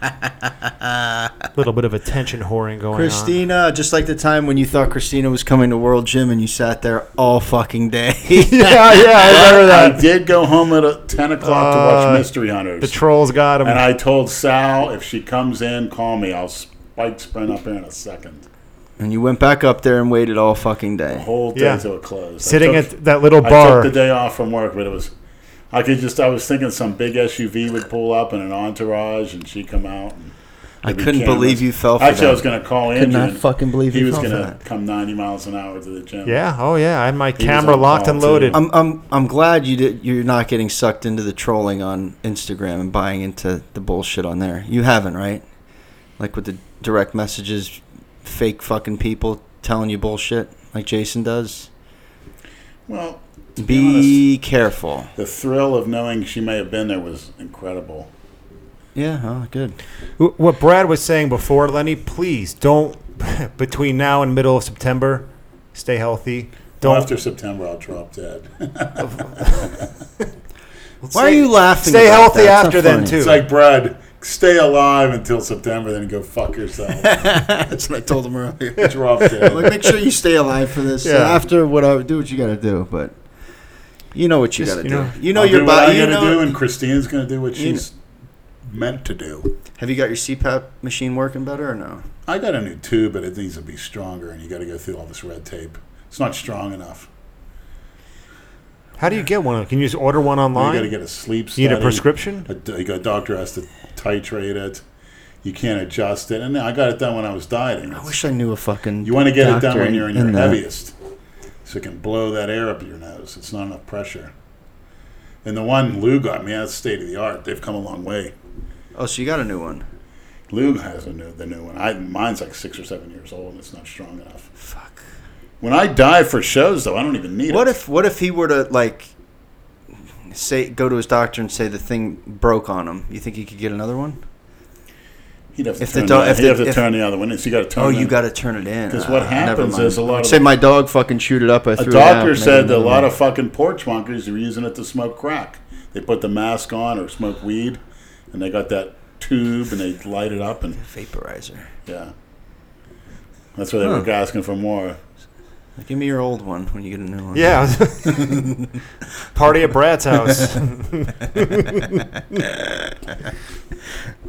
J: a little bit of attention whoring going on.
F: Christina, just like the time when you thought Christina was coming to World Gym and you sat there all fucking day.
J: yeah, yeah, I remember
C: I
J: that.
C: did go home at uh, ten o'clock to
J: Uh,
C: watch Mystery Hunters.
J: The trolls got him.
C: And I told Sal if she comes in, call me. I'll spike sprint up here in a second.
F: and you went back up there and waited all fucking day.
C: Whole day
J: Yeah.
C: till it closed. I
J: sitting
C: took-
J: at that little
C: I
J: bar.
C: took the day off from work, but it was. I could just. I was thinking some big SUV would pull up and an entourage, and she'd come out. And
F: I
C: there'd be
F: couldn't
C: cameras.
F: believe you fell for
C: Actually, I
F: that.
C: was going to call
F: Could
C: Andrew.
F: not
C: and
F: fucking believe
C: he
F: you
C: was
F: fell for
C: going to
F: that.
C: come 90 miles an hour to the gym.
J: yeah. Oh yeah. I had my
C: was
J: camera
C: on Um,
J: locked
C: call,
J: and
C: too.
J: loaded.
F: I'm I'm I'm glad you did. You're not getting sucked into the trolling on Instagram and buying into the bullshit on there. You haven't, right? Like with the direct messages, fake fucking people telling you bullshit, like Jason does.
C: Well, to be, honest,
F: Be careful.
C: the thrill of knowing she may have been there was incredible.
F: Yeah. Oh, good.
J: Wh- What Brad was saying before, Lenny, please don't. between now and middle of September, stay healthy.
C: Well,
J: Don't
C: After September, I'll drop dead.
F: Why are you laughing?
J: stay
F: about
J: healthy
F: that? It's not
J: after then
F: funny.
J: too.
C: It's like bread. Stay alive until September, then go fuck yourself.
F: That's what I told him earlier.
C: Drop dead.
F: like, make sure you stay alive for this.
J: Yeah.
F: After what I do, what you got to do, but you know what you got to
J: you
F: do.
J: know-
F: you know
C: I'll
F: your
C: do what
F: body.
C: I'm
F: You
C: gonna do,
F: know.
C: and Christine's gonna do what
F: You
C: she's meant to do.
F: Have you got your CPAP machine working better or no?
C: I got a new tube, but it needs to be stronger, and you got to go through all this red tape. It's not strong enough.
J: How do you get one? Can you just order one
C: You got
J: online?
C: to get a sleep
J: You
C: study.
J: need a prescription.
C: A, d- a doctor has to titrate it. You can't adjust it, and I got it done when I was dieting.
F: I wish I knew a fucking.
C: you want to get it done
F: doctor
C: when you're in, your
F: that.
C: heaviest, so it can blow that air up your nose. It's not enough pressure. And the one Lou got me, that's state of the art. They've come a long way.
F: Oh, so you got a new one?
C: Lou has a new, the new one. I, mine's like six or seven years old, and it's not strong enough. Fuck. When I dive for shows, though, I don't even need
F: What
C: it.
F: if What if he were to like say go to his doctor and say the thing broke on him? You think he could get another one?
C: he'd have to,
F: if the
C: turn,
F: dog-
C: the,
F: if
C: he'd
F: the-
C: have to
F: if-
C: turn the other one? in, So you got to turn.
F: Oh,
C: the-
F: you got to turn it in.
C: 'Cause what
F: Ah,
C: happens
F: never
C: is a
F: mind.
C: lot
F: Like,
C: of-
F: say my dog fucking chewed it up. I
C: A
F: threw it out,
C: doctor
F: maybe
C: said that a
F: another
C: lot
F: one.
C: of fucking porch honkers are using it to smoke crack. They put the mask on or smoke weed, and they got that tube and they light it up, and
F: vaporizer.
C: yeah, that's why they were asking for more.
F: Give me your old one when you get a new one.
J: Yeah. Party at Brad's house.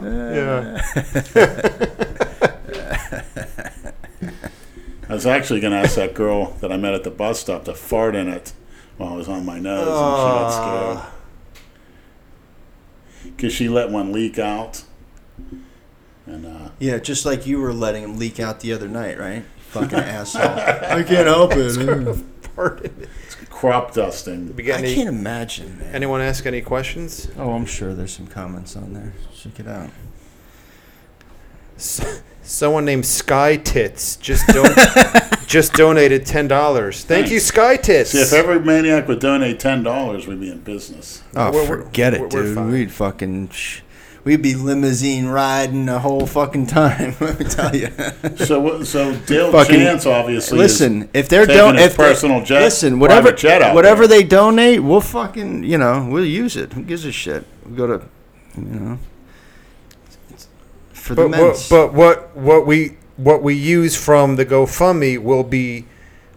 J: yeah.
C: I was actually going to ask that girl that I met at the bus stop to fart in it while I was on my nose, and she
F: Ah.
C: got scared because she let one leak out, and uh,
F: Yeah, just like you were letting him leak out the other night, right? Fucking asshole. I can't help it.
C: crop dusting.
E: We
F: I
E: got any-
F: can't imagine, man.
E: anyone ask any questions?
F: Oh, I'm sure there's some comments on there. Check it out.
E: S- Someone named Sky Tits just don- just donated ten dollars. Thank you,
C: Thanks.
E: Sky Tits.
C: See, if every maniac would donate ten dollars, we'd be in business.
F: Oh,
E: We're- we're-
F: forget
E: we're-
F: it,
E: we're
F: dude.
E: fine.
F: We'd fucking. Sh- we'd be limousine riding the whole fucking time. Let me tell you.
C: So, what- so Dale
F: Fucking-
C: Chance obviously. is-
F: listen, if they're
C: taking
F: don't
C: his
F: if they-
C: personal jet-
F: listen,
C: private
F: whatever
C: jet out
F: whatever
C: there.
F: they donate, we'll fucking you know we'll use it. Who gives a shit? We go to you know for the
E: but
F: men.
E: what, but what what we what we use from the GoFundMe will be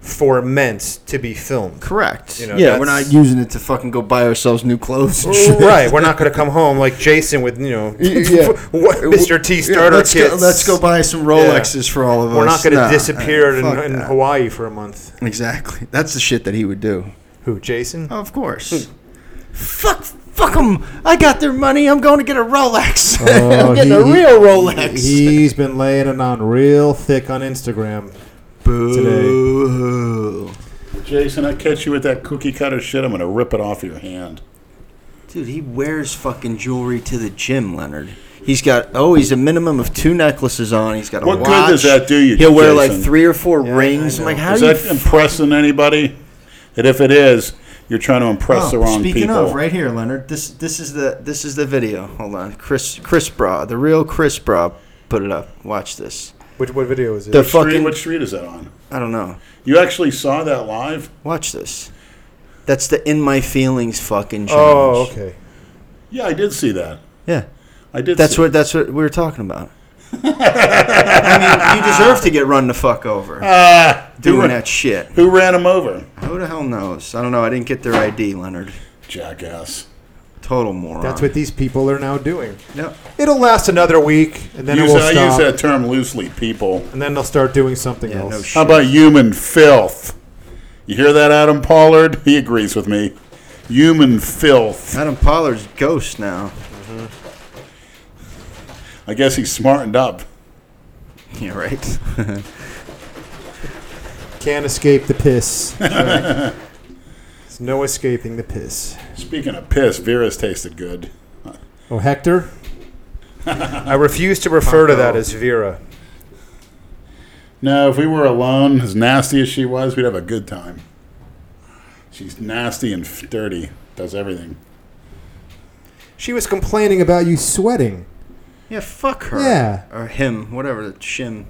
E: for Ments to be filmed.
F: Correct.
E: You know,
F: yeah, we're
E: that's-
F: not using it to fucking go buy ourselves new clothes. And shit.
E: right, we're not going to come home like Jason with you know
F: Yeah.
E: what, Mr. T
F: Yeah,
E: starter
F: let's
E: kits.
F: Go, let's go buy some Rolexes for all of us.
E: We're not going to
F: Nah, eh,
E: disappear
F: fuck
E: in, in
F: that.
E: Hawaii for a month.
F: Exactly. That's the shit that he would do.
E: Who, Jason?
F: Of course. Hmm. fuck
K: Fuck them. I got their money. I'm going to get a Rolex.
E: Oh,
K: I'm getting a
E: he-
K: real Rolex.
E: He's been laying it on real thick on Instagram.
K: Boo.
C: Jason, I catch you with that cookie cutter shit. I'm gonna rip it off your hand.
F: Dude, he wears fucking jewelry to the gym, Leonard. He's got oh, he's a minimum of two necklaces on. He's got a
C: What good
F: watch.
C: does that do you,
F: He'll wear
C: Jason?
F: like three or four rings. I'm like, how
C: Is
F: do you?
C: that impressing anybody? And if it is, you're trying to impress the wrong
F: Oh, speaking
C: people.
F: of, right here, Leonard. This this is the this is the video. Hold on, Chris Chris Bra, the real Chris Bra, put it up. Watch this.
E: Which what video is it?
F: The
C: Street-
F: fucking
C: what street is that on?
F: I don't know.
C: You actually saw that live?
F: Watch this. That's the in my feelings fucking challenge.
E: oh, okay.
C: Yeah, I did see that.
F: Yeah,
C: I did.
F: that's
C: see
F: what that's what we were talking about. I mean, you deserve to get run the fuck over
C: Ah, who,
F: doing
C: ran,
F: that shit.
C: who ran him over?
F: Who the hell knows? I don't know. I didn't get their ID, Leonard.
C: Jackass.
F: Total moron.
E: That's what these people are now doing.
F: Yep.
E: It'll last another week, and then
C: Use,
E: it will
C: I
E: stop,
C: use that term loosely, people.
E: and then they'll start doing something
F: Yeah,
E: else.
F: no
C: How
F: shit.
C: about human filth? You hear that, Adam Pollard? He agrees with me. Human filth.
F: Adam Pollard's ghost now.
C: I guess he smartened up.
F: Yeah, right.
E: Can't escape the piss. There's no escaping the piss.
C: Speaking of piss, Vera's tasted good.
E: Oh, Hector.
L: I refuse to refer to that as Vera.
C: No, if we were alone, as nasty as she was, we'd have a good time. She's nasty and f- dirty. Does everything.
E: She was complaining about you sweating.
F: yeah, fuck her.
E: Yeah.
F: Or him, whatever. The shim.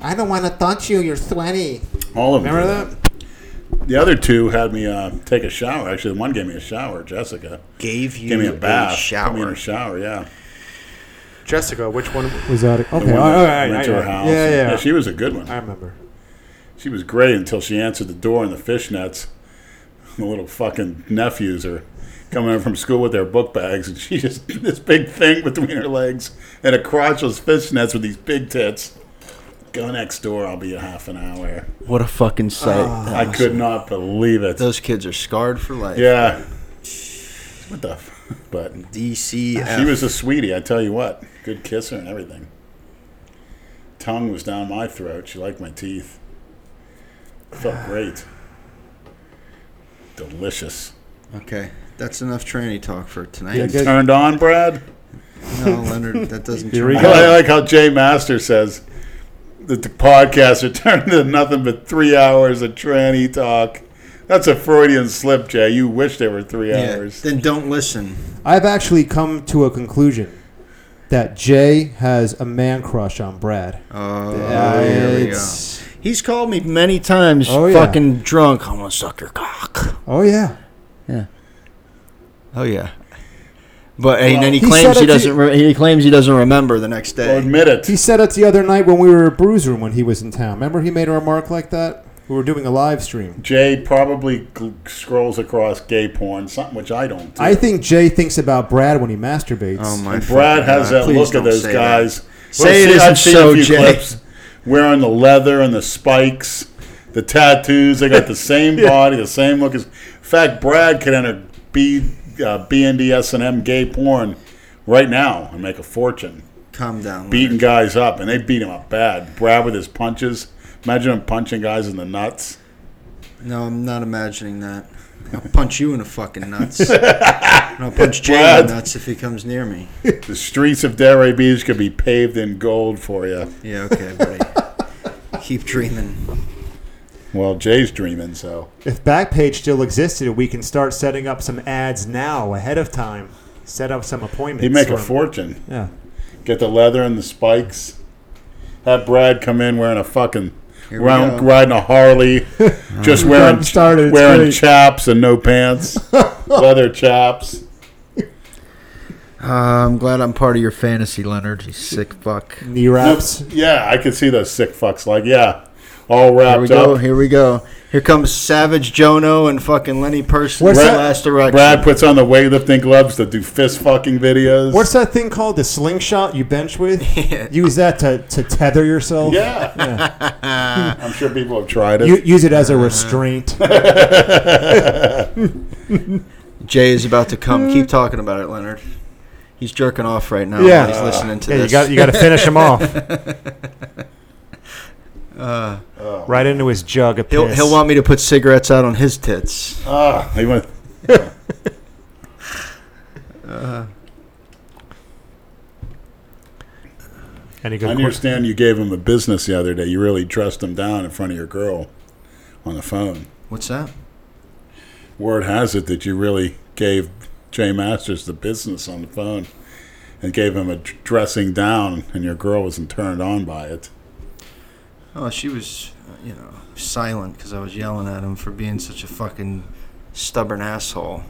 E: I don't want to touch you. You're sweaty.
C: All of them.
E: Remember
C: do
E: that?
C: The other two had me uh, take a shower. Actually, the one gave me a shower, Jessica.
F: Gave you
C: Gave me a bath.
F: shower.
C: Put me in a shower, yeah.
L: Jessica, which one?
E: Was that it? Okay.
C: The
E: All
C: one
E: right.
C: that
E: All right,
C: went
E: all
C: to her
E: right.
C: house.
E: Yeah, yeah.
C: She was a good one.
E: I remember.
C: She was great until she answered the door in the fishnets. The little fucking nephews are coming in from school with their book bags, and she just this big thing between her legs and a crotchless fishnets with these big tits. Go next door. I'll be a half an hour.
F: What a fucking sight.
C: I could not believe it.
F: Those kids are scarred for life.
C: Ah. Yeah. What the? F- but
F: DCF.
C: she was a sweetie. I tell you what. Good kisser and everything. Tongue was down my throat. She liked my teeth. Felt great. Delicious.
F: okay, that's enough tranny talk for tonight.
C: Getting turned on, Brad?
F: No, Leonard, that doesn't.
E: Here
F: turn
E: we
F: me
C: I
E: go.
F: on.
C: like, I like how Jay Master says that the podcasts are turned into nothing but three hours of tranny talk. That's a Freudian slip, Jay. You wish they were three
F: Yeah,
C: hours.
F: Then don't listen.
E: I've actually come to a conclusion that Jay has a man crush on Brad.
F: Oh,
E: Yeah,
F: here we go.
E: it's-
F: He's called me many times,
E: Oh, yeah.
F: fucking drunk. I want to suck your cock.
E: Oh yeah.
F: Oh yeah. But and then he
E: He
F: claims
E: said
F: he
E: it to-
F: doesn't. Re- he claims he doesn't remember the next
C: Well,
F: day.
C: admit it.
E: He said it the other night when we were at Brews Room when he was in town. Remember he made a remark like that? We were doing a live stream.
C: Jay probably gl- scrolls across gay porn, something which I don't do.
E: I think Jay thinks about Brad when he masturbates.
F: Oh my!
C: And Brad
F: fucking
C: has
F: God.
C: that
F: Please
C: look
F: don't
C: of those
F: say
C: guys.
F: Say it
C: see,
F: isn't
C: I've seen
F: so,
C: a few
F: Jay.
C: clips wearing the leather and the spikes, the tattoos. They got the same body, the same look. As, in fact, Brad could enter B uh, BNDS and M gay porn right now and make a fortune,
F: that. Calm down.
C: beating guys up, and they beat him up bad. Brad with his punches. Imagine him punching guys in the nuts.
F: Leonard. No, I'm not imagining that. I'll punch you in the fucking nuts. and I'll punch Jay in
C: Brad.
F: the nuts if he comes near me.
C: The streets of Delray Beach could be paved in gold for you.
F: Yeah, okay, buddy. Keep dreaming.
C: Well, Jay's dreaming, so.
E: If Backpage still existed, we can start setting up some ads now ahead of time. Set up some appointments.
C: He'd make a
E: for 'em.
C: fortune.
E: Yeah.
C: Get the leather and the spikes. Have Brad come in wearing a fucking
F: we
C: round,
F: go.
C: riding a Harley, just wearing
E: gotten started, it's
C: wearing
E: great.
C: chaps and no pants, leather chaps.
F: Uh, I'm glad I'm part of your fantasy, Leonard. You sick fuck.
E: Knee wraps.
C: Yeah, I could see those sick fucks. Like, yeah, all
F: Here we
C: wrapped
F: go.
C: up.
F: Here we go. Here comes Savage Jono and fucking Lenny Person.
E: What's that-
F: last direction.
C: Brad puts on the weightlifting gloves to do fist fucking videos.
E: What's that thing called? The slingshot you bench with? Use that to, to tether yourself.
C: yeah, I'm sure people have tried it.
E: U- use it as a restraint.
F: Jay is about to come. Keep talking about it, Leonard. He's jerking off right now.
J: Mm. Yeah.
F: while he's listening to
J: Yeah, you
F: this.
J: got you got to finish him off. right into his jug of piss.
F: Uh, he'll, he'll want me to put cigarettes out on his tits.
C: Ah, he went.
J: and he
C: I
J: goes,
C: understand you gave him the business the other day. You really dressed him down in front of your girl on the phone.
F: What's that?
C: Word has it that you really gave Jay Masters the business on the phone and gave him a dr- dressing down, and your girl wasn't turned on by it.
F: Oh, she was, uh, you know, silent because I was yelling at him for being such a fucking stubborn asshole.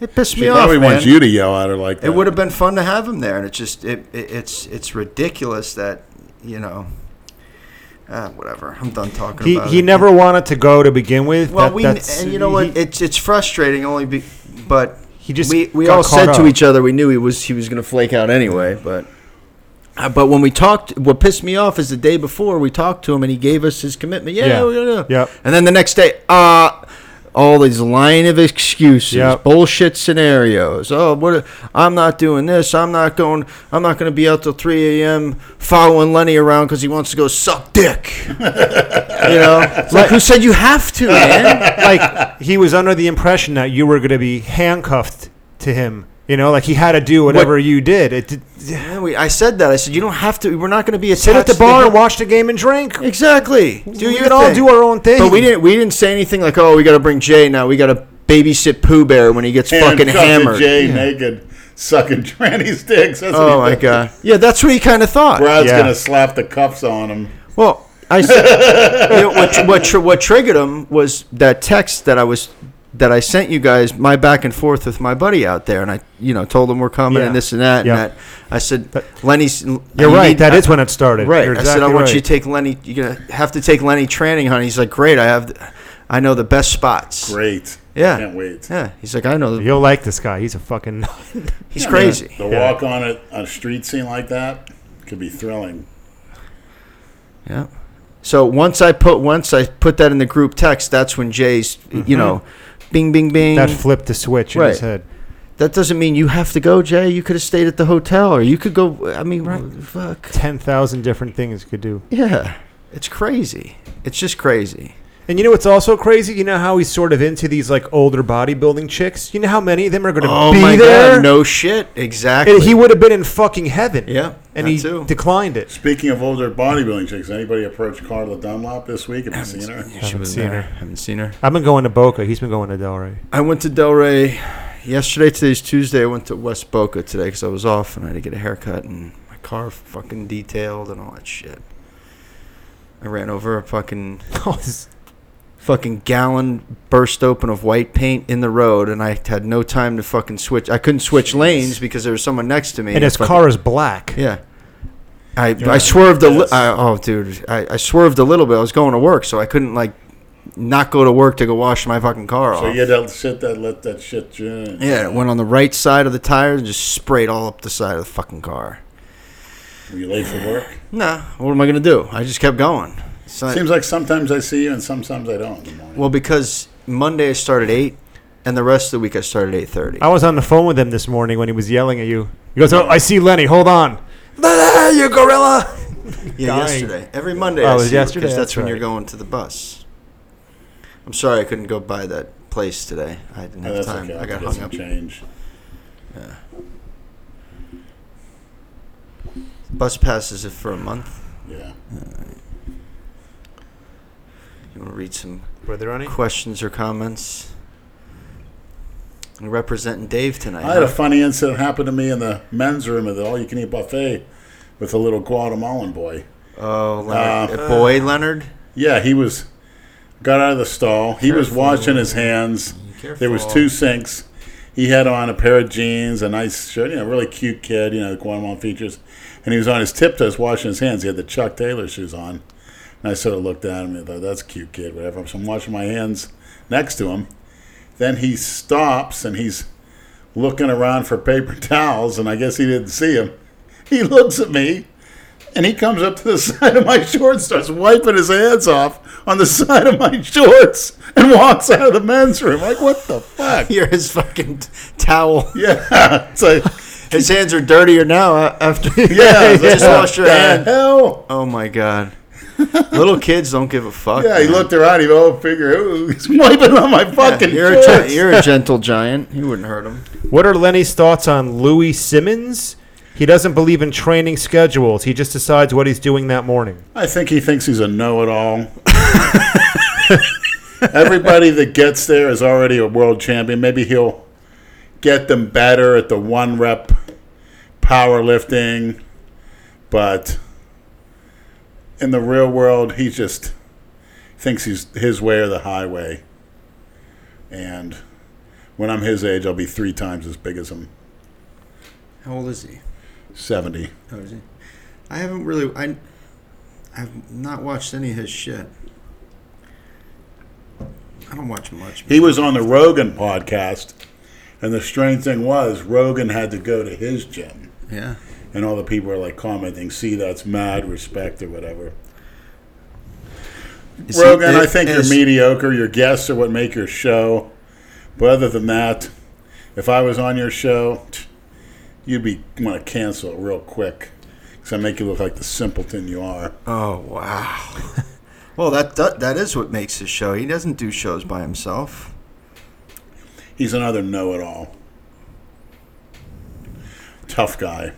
F: It pissed
C: She
F: me off,
C: probably
F: man.
C: wants you to yell at her like that.
F: it would have been fun to have him there, and it just it, it it's it's ridiculous that you know. Uh, whatever. I'm done talking
J: he
F: about
J: he
F: it.
J: never wanted to go to begin with.
F: Well,
J: That-
F: we
J: that's-
F: and you know what?
J: he-
F: it's it's frustrating only be, but
J: He just
F: we we
J: got
F: all
J: caught
F: said to
J: up.
F: each other we knew he was he was going to flake out anyway, but uh, but when we talked, what pissed me off is the day before we talked to him and he gave us his commitment. Yeah,
J: Yeah.
F: we're gonna-
J: Yep.
F: And then the next day, uh all these line of excuses,
J: Yep.
F: bullshit scenarios. Oh, what? I'm not doing this. I'm not going. I'm not going to be out till 3 a.m. following Lenny around because he wants to go suck dick. you know, It's like who said you have to, man?
J: like he was under the impression that you were going to be handcuffed to him. You know, like he had to do whatever you did. It did
F: Yeah, we, I said that. I said you don't have to. We're not going to be
J: sit at
F: attached
J: the
F: to
J: bar and watch the game and drink.
F: Exactly. Do
J: we
F: your
J: can all
F: thing.
J: do our own thing.
F: But we didn't. We didn't say anything like, "Oh, we got to bring Jay now. We got to babysit Pooh Bear when he gets
C: And
F: fucking
C: sucking
F: hammered."
C: Jay naked, sucking tranny's dicks. That's what he
F: Oh my
C: did.
F: god. Yeah, that's what he kind of thought.
C: Brad's
J: Yeah.
C: gonna slap the cuffs on him.
F: Well, I said, you know, what, tr- what, tr- what triggered him was that text that I was that I sent you guys my back and forth with my buddy out there, and I you know told him we're coming
J: Yeah.
F: and this and that
J: Yeah.
F: and that. I said, Lenny's. You're
J: You're right. That is when it started.
F: Right.
J: You're
F: I said, I
J: exactly
F: want you
J: right.
F: to take Lenny. You're gonna have to take Lenny Tranning, honey. He's like, great. I have, th- I know the best spots.
C: Great.
F: Yeah.
C: Can't wait.
F: Yeah. He's like, I know. the-
J: You'll like this guy. He's a fucking.
F: He's crazy.
C: The
J: Yeah.
C: walk on it on a street scene like that could be thrilling.
F: Yeah. So once I put once I put that in the group text, that's when Jay's,
J: Mm-hmm.
F: you know, Bing, Bing, Bing.
J: that flipped the switch in his
F: Mm-hmm. Right.
J: head.
F: that doesn't mean you have to go, Jay. You could have stayed at the hotel, or you could go. I mean, fuck.
J: Ten thousand different things you could do.
F: Yeah, it's crazy. It's just crazy.
J: And you know what's also crazy? You know how he's sort of into these like older bodybuilding chicks. You know how many of them are going to be there.
F: Oh no shit. Exactly.
J: And he would have been in fucking heaven.
F: Yeah,
J: and
F: that
J: he
F: too.
J: declined it.
C: Speaking of older bodybuilding chicks, anybody approach Carla Dunlop this week? Have you seen her?
F: She was
J: seen
F: there.
J: her.
F: Haven't seen her.
J: I've been going to Boca. He's been going to Delray.
F: I went to Delray yesterday. Today's Tuesday. I went to West Boca today because I was off and I had to get a haircut and my car fucking detailed and all that shit. I ran over a fucking fucking gallon burst open of white paint in the road and I had no time to fucking switch. I couldn't switch lanes because there was someone next to me.
J: and his
F: fucking-
J: car is black.
F: yeah. I, I swerved a li- I, oh dude I, I swerved a little bit I was going to work so I couldn't like not go to work to go wash my fucking car
C: So
F: off
C: you had to sit that let that shit drain.
F: yeah, it went on the right side of the tires and just sprayed all up the side of the fucking car.
C: Were you late for work?
F: Nah, what am I gonna do? I just kept going. It's not-
C: Seems like sometimes I see you and sometimes I don't. in the morning.
F: well, because Monday I started eight, and the rest of the week I started eight thirty.
J: I was on the phone with him this morning when he was yelling at you. He goes, "Oh, I see Lenny. Hold on, Lenny, you gorilla."
F: Yeah,
J: dying.
F: yesterday. Every Monday.
J: Oh, it
F: I
J: was
F: see you,
J: yesterday,
F: 'cause That's,
J: that's
F: when
J: right.
F: you're going to the bus. I'm sorry I couldn't go by that place today. I didn't
C: No,
F: have
C: that's
F: time.
C: okay.
F: I got
C: get
F: hung
C: some
F: up.
C: Change.
F: Bus passes it for a month.
C: Yeah.
F: You want to read some
J: Were there any?
F: questions or comments? You're representing Dave tonight.
C: I had a
F: huh?
C: funny incident happen to me in the men's room at the all-you-can-eat buffet with a little Guatemalan boy.
F: oh,
C: uh,
F: Leonard, a
J: Uh.
F: boy, Leonard.
C: Yeah, he was got out of the stall. He was washing his hands. There was two sinks. He had on a pair of jeans, a nice shirt, you know, really cute kid, you know, the Guatemalan features. And he was on his tiptoes washing his hands. He had the Chuck Taylor shoes on. And I sort of looked at him and thought, that's a cute kid, whatever. So I'm washing my hands next to him. Then he stops and he's looking around for paper towels, and I guess he didn't see him. He looks at me and he comes up to the side of my shorts, starts wiping his hands off on the side of my shorts, and walks out of the men's room. Like, what the fuck?
F: You're his fucking towel.
C: Yeah, it's like,
F: His hands are dirtier now a- after you
C: yeah,
F: just
C: yeah,
F: washed your
C: the
F: hand.
C: Hell,
F: Oh my god. Little kids don't give a fuck.
C: yeah. He
F: man.
C: looked around. He oh, figure, ooh, he's wiping on my
F: Yeah,
C: fucking
F: you're,
C: shorts.
F: a gi- you're a gentle giant. You wouldn't hurt him.
E: What are Lenny's thoughts on Louis Simmons? He doesn't believe in training schedules. He just decides what he's doing that morning.
C: I think he thinks he's a know-it-all. Everybody that gets there is already a world champion. Maybe he'll get them better at the one rep powerlifting, but in the real world, he just thinks he's his way or the highway. And when I'm his age, I'll be three times as big as him.
M: How old is he?
C: Seventy.
M: How old is he? I haven't really. I, I've not watched any of his shit. I don't watch much.
C: He was on the Rogan podcast, and the strange thing was Rogan had to go to his gym,
M: Yeah.
C: and all the people were like commenting, "See, that's mad respect or whatever."
F: Is he-
C: Rogan, I think
F: is-
C: you're mediocre. Your guests are what make your show. But other than that, if I was on your show, t- you'd be want to cancel it real quick because I make you look like the simpleton you are.
F: Oh wow. well, that, that that is what makes his show. He doesn't do shows by himself.
C: He's another know-it-all, tough guy.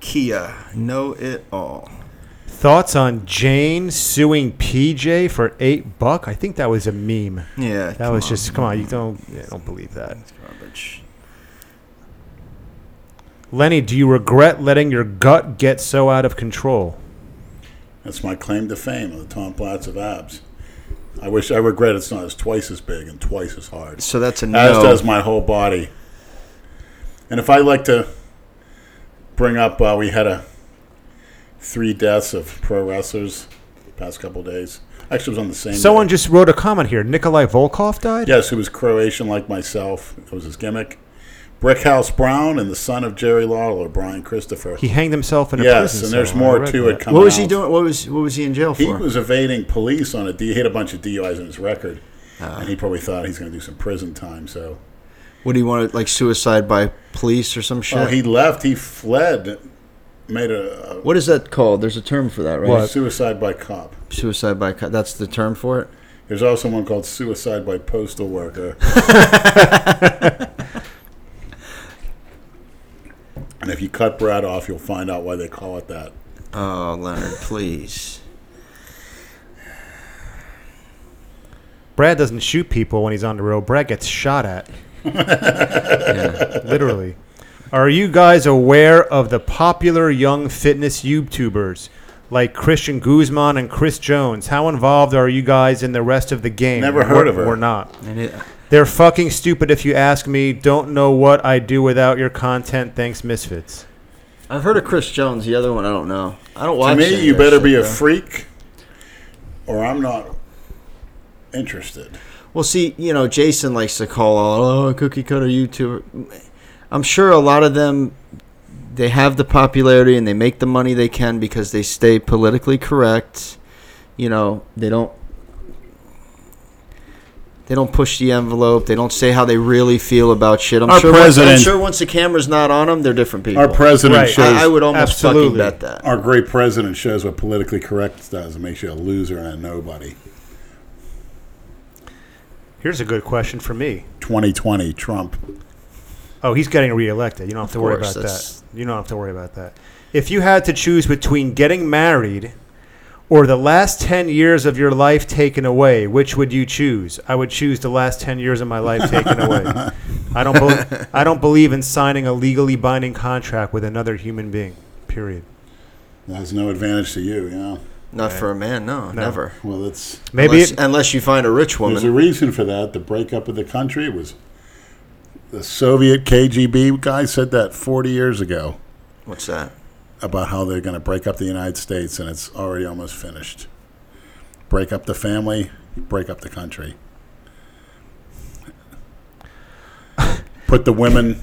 F: Kia, know it all.
E: Thoughts on Jane suing PJ for eight buck? I think that was a meme.
F: Yeah,
E: That was just come on. You don't yeah, I don't believe that.
F: garbage.
E: Lenny, do you regret letting your gut get so out of control?
C: That's my claim to fame of the Tom Platts of abs. I wish I regret it's not as twice as big and twice as hard.
F: So that's a
C: As
F: no.
C: does my whole body. And if I like to bring up, uh, we had a three deaths of pro wrestlers past couple days. Actually, it was on the same.
E: Someone
C: day.
E: just wrote a comment here. Nikolai Volkov died.
C: yes, who was Croatian like myself. That was his gimmick. Brickhouse Brown and the son of Jerry Lawler, Brian Christopher.
E: He hanged himself in a
C: yes,
E: prison
C: and there's
E: cell. I
C: more
E: read
C: to
E: that.
C: it coming.
F: What was he
C: out.
F: doing? What was what was he in jail
C: He
F: for?
C: was evading police on a D. He had a bunch of DUIs in his record, and he
F: Ah.
C: probably thought he's going to do some prison time. So,
F: What do you want? Like suicide by police or some shit?
C: oh, he left. He fled. Made a,
F: what is that called? There's a term for that, right?
C: a suicide by cop.
F: Suicide by co- that's the term for it.
C: There's also one called suicide by postal worker. and if you cut Brad off, you'll find out why they call it that.
F: Oh, Leonard, please.
E: Brad doesn't shoot people when he's on the road. Brad gets shot at. Literally. Are you guys aware of the popular young fitness YouTubers like Christian Guzman and Chris Jones? How involved are you guys in the rest of the game?
C: Never heard
E: We're-
C: of her.
E: We're not.
F: And it,
E: They're fucking stupid if you ask me. Don't know what I do without your content. Thanks, Misfits.
F: I've heard of Chris Jones. The other one, I don't know. I don't
C: To
F: watch. any
C: me,
F: of
C: you
F: that
C: better
F: shit,
C: be a
F: though.
C: freak, or I'm not interested.
F: Well, see, you know, Jason likes to call all oh, a cookie cutter YouTuber. I'm sure a lot of them they have the popularity and they make the money they can because they stay politically correct. You know, they don't they don't push the envelope. They don't say how they really feel about shit. I'm
C: Our
F: sure. once- I'm
C: president-
F: sure once the camera's not on them, they're different people.
C: Our president
E: Right.
C: shows
F: I, I would almost
E: Absolutely.
F: fucking bet that.
C: our great president shows what politically correct does and makes you a loser and a nobody.
E: Here's a good question for me.
C: 2020 Trump.
E: Oh, he's getting reelected. You don't have to worry
F: course,
E: about
F: that's-
E: that. You don't have to worry about that. If you had to choose between getting married or the last 10 years of your life taken away, which would you choose? I would choose the last 10 years of my life taken away. I don't bel I don't believe in signing a legally binding contract with another human being. Period.
C: That has no advantage to you, yeah.
F: Not for a man, no, never.
C: Well, that's
E: Maybe
F: unless,
E: it,
F: unless you find a rich
C: there's a
F: woman.
C: reason for that. The breakup of the country was the Soviet KGB guy said that 40 years ago
F: What's that?
C: about how they're going to break up the United States, and it's already almost finished. Break up the family, break up the country. put the women,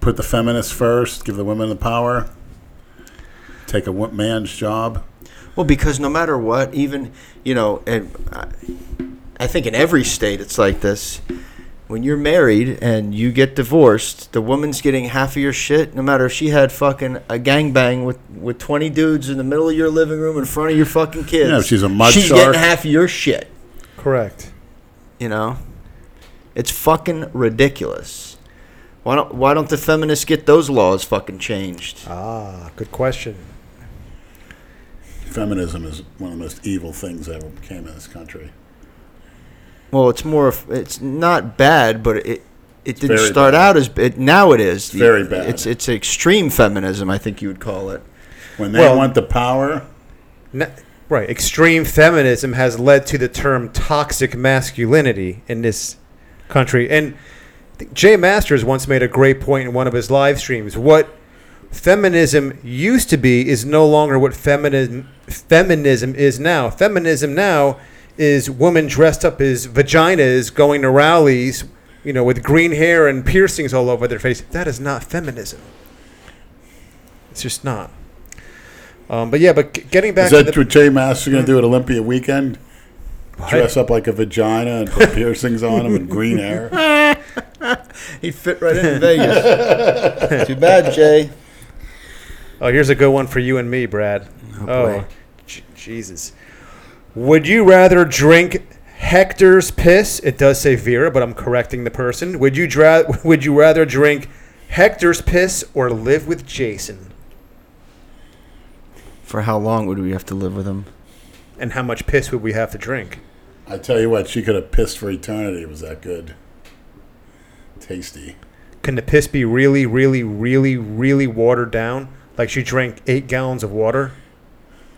C: put the feminists first, give the women the power. take a one man's job.
F: Well, because no matter what, even you know, and I, I think in every state it's like this. When you're married and you get divorced, the woman's getting half of your shit, no matter if she had fucking a gangbang with, with 20 dudes in the middle of your living room in front of your fucking kids.
C: Yeah, if she's a mud
F: She's
C: shark.
F: getting half of your shit,
E: Correct.
F: you know? It's fucking ridiculous. Why don't, why don't the feminists get those laws fucking changed?
E: Ah, good question.
C: Feminism is one of the most evil things that ever came in this country.
F: Well, it's more. of- It's not bad, but it it didn't
C: very
F: start
C: bad.
F: out as. It, now it is The-
C: very bad.
F: It's it's extreme feminism. I think you would call it.
C: When they
E: Well-
C: want the power,
E: N- right. Extreme feminism has led to the term toxic masculinity in this country. And I think Jay Masters once made a great point in one of his live streams. What feminism used to be is no longer what feminism feminism is now. Feminism now is women dressed up as vaginas going to rallies, you know, with green hair and piercings all over their face. That is not feminism. It's just not. Um, but yeah, but g- getting back
C: is
E: to
C: that Hmm?
E: the
C: what Jay Masters going to do at Olympia weekend? Dress up like a vagina and put piercings on him and green hair.
F: He'd fit right in Vegas. Too bad, Jay.
E: Oh, here's a good one for you and me, Brad. Oh, J- Jesus. Would you rather drink Hector's piss? It does say Vera, but I'm correcting the person. Would you dra- Would you rather drink Hector's piss or live with Jason?
F: For how long would we have to live with him?
E: And how much piss would we have to drink?
C: I tell you what, she could have pissed for eternity. It was that good. Tasty.
E: Can the piss be really, really, really, really watered down? Like she drank eight gallons of water.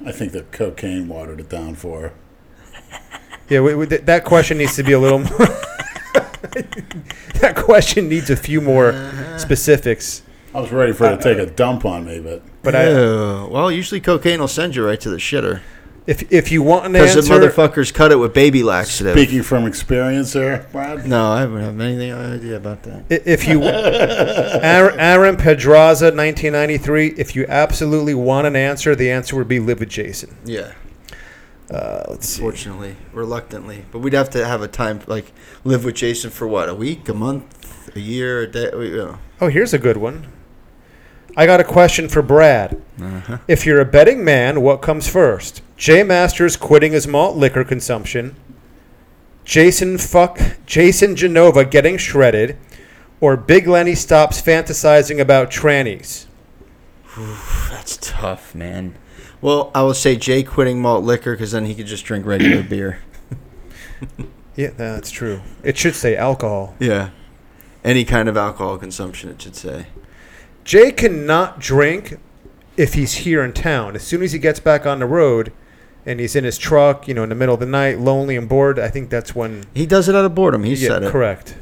C: I think the cocaine watered it down for her.
E: Yeah, we, we, th- that question needs to be a little more. that question needs a few more specifics.
C: I was ready for her to take a dump on me, but
E: But I,
F: Ew. well, usually cocaine will send you right to the shitter
E: If if you want an
F: because the
E: answer,
F: motherfuckers cut it with baby laxative.
C: speaking from experience there, Brad,
F: no, I haven't have anything idea about that.
E: i- if you Aaron, Aaron Pedraza, 1993. If you absolutely want an answer, the answer would be live with Jason.
F: Yeah,
E: Uh, let's see.
F: fortunately, reluctantly, but we'd have to have a time like live with Jason for what a week, a month, a year, a day. You know.
E: Oh, here's a good one. I got a question for Brad. If you're a betting man, what comes first? Jay Masters quitting his malt liquor consumption, Jason fuck Jason Genova getting shredded, or Big Lenny stops fantasizing about trannies.
F: That's tough, man. Well, I will say Jay quitting malt liquor because then he could just drink regular beer.
E: Yeah, that's true. It should say alcohol.
F: Yeah. Any kind of alcohol consumption, it should say.
E: Jay cannot drink if he's here in town. As soon as he gets back on the road and he's in his truck, you know, in the middle of the night, lonely and bored, I think that's when
F: He does it out of boredom. He
E: you
F: said
E: get
F: it.
E: correct.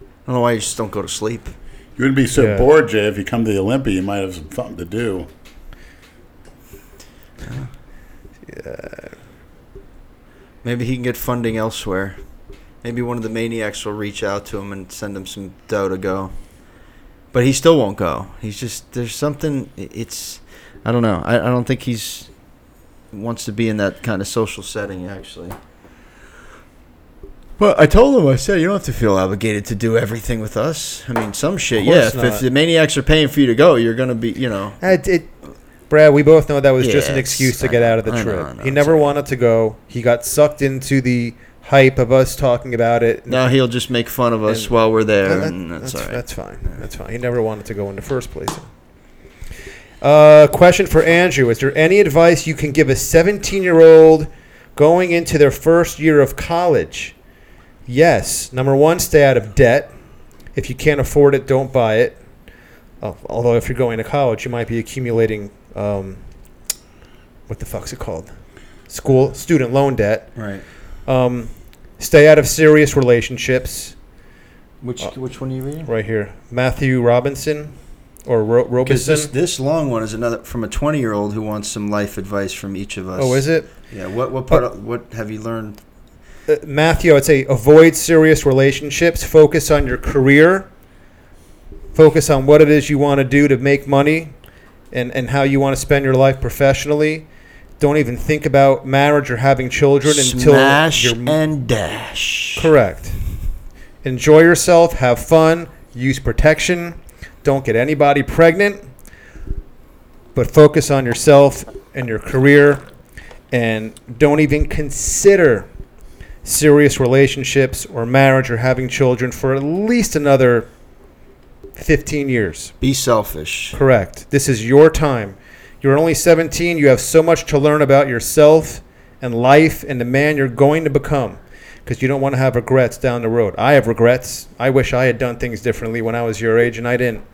F: I don't know why you just don't go to sleep.
C: you wouldn't be so
E: Yeah.
C: bored, Jay. If you come to the Olympia, you might have some something to do.
F: Maybe he can get funding elsewhere. Maybe one of the maniacs will reach out to him and send him some dough to go. But he still won't go. He's just there's something. i- It's I don't know. I, I don't think he's wants to be in that kind of social setting actually. But I told him, I said, you don't have to feel obligated to do everything with us. I mean, some shit, yeah. If,
E: course
F: if
E: not.
F: the maniacs are paying for you to go, you're gonna be, you know.
E: It, it, Brad, we both know that was just an
F: Yes,
E: excuse to
F: I
E: get
F: know,
E: out of the
F: I know,
E: trip.
F: I know,
E: he never
F: sorry.
E: wanted to go. He got sucked into the hype of us talking about it.
F: Now he'll just make fun of us
E: And-
F: while we're there,
E: That-
F: and Um, that's, all right.
E: that's fine. That's fine. He never wanted to go in the first place. Uh, question for Andrew: Is there any advice you can give a 17-year-old going into their first year of college? Yes. Number one, stay out of debt. If you can't afford it, don't buy it. Al- Although, if you're going to college, you might be accumulating um, what the fuck's it called? School student loan debt.
F: right.
E: Um, stay out of serious relationships Uh,
F: Which which one are you reading?
E: right here. Matthew Robinson or Ro-
F: Because
E: Robinson.
F: this, this long one is another from a twenty year old who wants some life advice from each of us.
E: oh, is it? Oh.
F: Yeah. What what part? of, what have you learned?
E: Uh, Matthew, I'd say avoid serious relationships, focus on your career, focus on what it is you want to do to make money, and, and how you want to spend your life professionally. Don't even think about marriage or having children
F: Smash
E: until you're
F: and dash.
E: Correct. Enjoy yourself, have fun, use protection, don't get anybody pregnant, but focus on yourself and your career and don't even consider serious relationships or marriage or having children for at least another 15 years.
F: Be selfish.
E: Correct. This is your time. You're only 17. You have so much to learn about yourself and life and the man you're going to become because you don't want to have regrets down the road. I have regrets. I wish I had done things differently when I was your age and I didn't.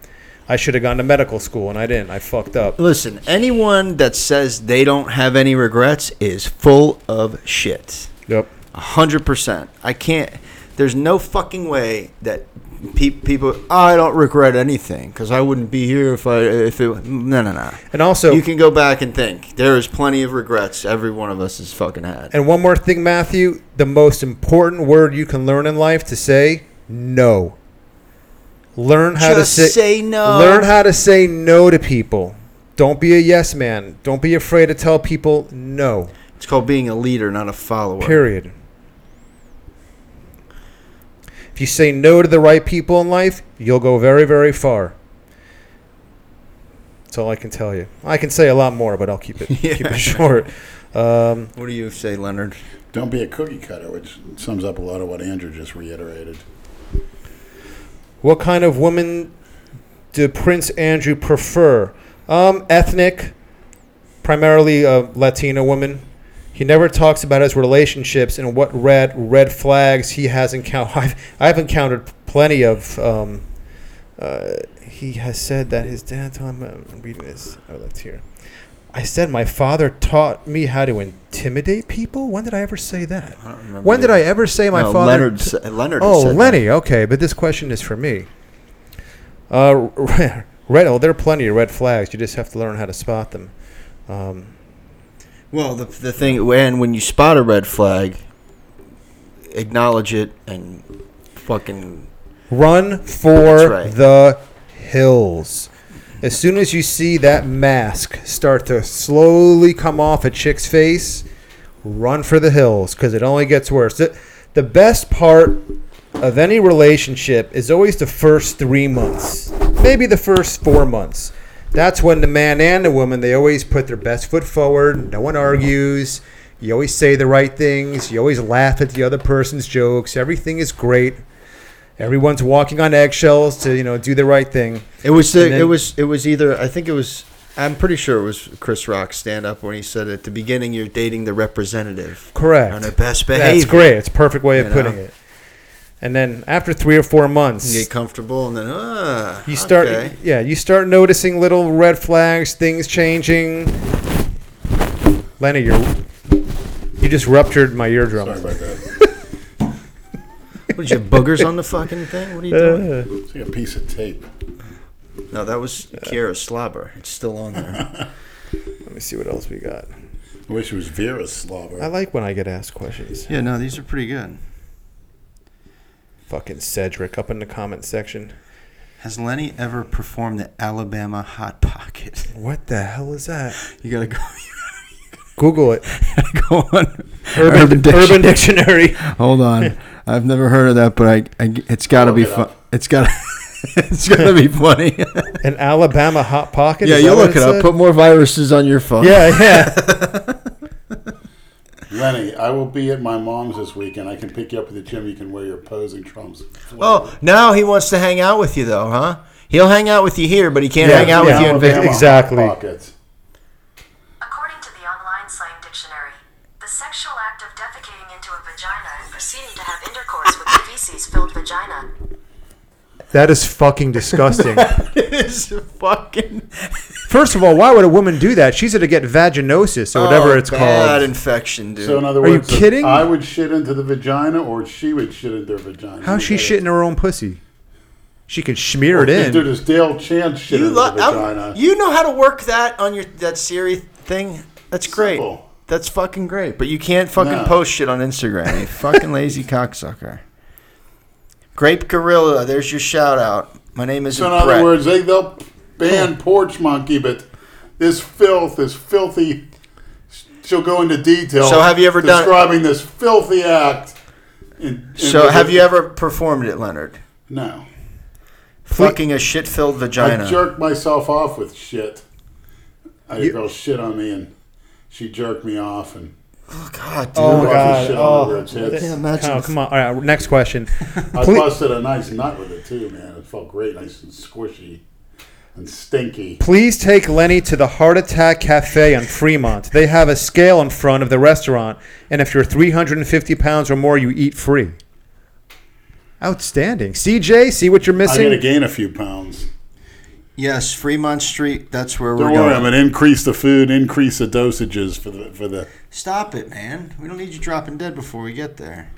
E: I should have gone to medical school and I didn't. I fucked up.
F: Listen, anyone that says they don't have any regrets is full of shit.
E: Yep.
F: A hundred percent. I can't. There's no fucking way that pe- people. I don't regret anything because I wouldn't be here if I if it. No, no, no.
E: And also,
F: you can go back and think. There is plenty of regrets every one of us has fucking had.
E: and one more thing, Matthew, the most important word you can learn in life to say no. Learn how
F: Just
E: to say
F: say no.
E: Learn how to say no to people. Don't be a yes man. Don't be afraid to tell people no.
F: It's called being a leader, not a follower.
E: Period. If you say no to the right people in life, you'll go very, very far. That's all I can tell you. I can say a lot more, but I'll keep it keep it short. Um,
F: What do you say, Leonard?
C: Don't be a cookie cutter, which sums up a lot of what Andrew just reiterated.
E: what kind of woman do Prince Andrew prefer? Um, ethnic, primarily a Latina woman. He never talks about his relationships and what red red flags he has encountered. I've, I've encountered plenty of. Um, uh, he has said that his dad taught him. I'm reading this. Oh, let's hear. I said my father taught me how to intimidate people. When did I ever say that?
F: I don't remember.
E: When did I ever say my
F: no,
E: father?
F: Leonard. sa- Leonard.
E: Oh,
F: said that.
E: Lenny. Okay, but this question is for me. Uh, red. Oh, there are plenty of red flags. You just have to learn how to spot them. Um,
F: Well, the, the thing when when you spot a red flag, acknowledge it and fucking
E: run for
F: right.
E: the hills. As soon as you see that mask start to slowly come off a chick's face, run for the hills because it only gets worse. The, the best part of any relationship is always the first three months, maybe the first four months. That's when the man and the woman they always put their best foot forward. No one argues. You always say the right things. You always laugh at the other person's jokes. Everything is great. Everyone's walking on eggshells to you know do the right thing.
F: It was the,
E: And then-
F: it was it was either I think it was I'm pretty sure it was Chris Rock stand up when he said at the beginning you're dating the representative
E: Correct.
F: on their best
E: That's
F: behavior.
E: great. It's a perfect way of
F: You know?
E: putting it. And then after three or four months,
F: You get comfortable and then ah,
E: you start
F: okay.
E: yeah you start noticing little red flags things changing lenny you're you just ruptured my eardrum
C: Sorry about that.
F: What, you have boogers on the fucking thing? What are you doing?
C: It's like a piece of tape.
F: No, that was Kiera's slobber. It's still on there.
E: let me see what else we got
C: I wish it was Vera
E: i
F: Uh,
C: Slava.
E: like when i get asked questions
F: yeah, no, these are pretty good.
E: fucking cedric up in the comment section
F: Has Lenny ever performed the Alabama Hot Pocket?
E: what the hell is that
F: You gotta go.
E: google it
F: Go on.
E: urban, urban,
F: Diction-
E: dictionary.
F: Hold on, I've never heard of that, but I, I it's gotta be fun. It's gotta, it's gotta be funny.
E: an alabama hot pocket
F: yeah,
E: Is that
F: you
E: what
F: look it up.
E: said?
F: Put more viruses on your phone.
E: yeah yeah
C: Lenny, I will be at my mom's this weekend. I can pick you up at the gym. You can wear your posing trunks.
F: Oh, now he wants to hang out with you, though, huh? He'll hang out with you here, but he can't hang out with you in Vegas.
C: Alabama
E: Exactly.
C: Pockets.
N: According to the online slang dictionary, the sexual act of defecating into a vagina and proceeding to have intercourse with the feces filled vagina.
J: That is fucking disgusting.
F: It's fucking
E: first of all why would a woman do that she's gonna get vaginosis or whatever
F: Oh,
E: it's
F: bad
E: called
F: infection, dude.
C: So in other
E: Are you
C: words, if
E: kidding?
C: I would shit into the vagina, or she would shit into her vagina.
E: how's she shitting her own pussy she can smear it in
C: Dude, does Dale Chan shit
F: you,
C: into
F: lo-
C: the vagina?
F: I'm- you know how to work that on your that Siri thing. That's great.
C: Simple.
F: That's fucking great. But you can't fucking
C: No.
F: post shit on Instagram. You fucking lazy cocksucker. Grape Gorilla. There's your shout out. My name is
C: So in other
F: Brett.
C: words, they, they'll ban porch monkey, but this filth, this filthy. She'll go into detail.
F: So have you ever done-
C: describing this filthy act? in- in-
F: So, have you ever performed it, Leonard?
C: No,
F: Fucking a shit-filled vagina.
C: I jerked myself off with shit. I had a girl shit on me, and she jerked me off, and
F: God, dude.
C: oh
O: my God.
C: shit
O: Oh.
C: on her ribs.
F: Can't
C: It's-
F: imagine.
O: Oh, come on. All right, next question.
C: I
O: Please-
C: busted a nice nut with it too, man. It felt great, nice and squishy and stinky.
O: Please take Lenny to the Heart Attack Cafe on Fremont. They have a scale in front of the restaurant, and if you're 350 pounds or more, you eat free. Outstanding. CJ, see what you're
C: I'm gonna
O: missing?
C: gain a few pounds.
F: Yes, Fremont Street. That's where
C: Don't
F: we're
C: worry,
F: going.
C: I'm gonna increase the food, increase the dosages for the for the.
F: Stop it, man. We don't need you dropping dead before we get there.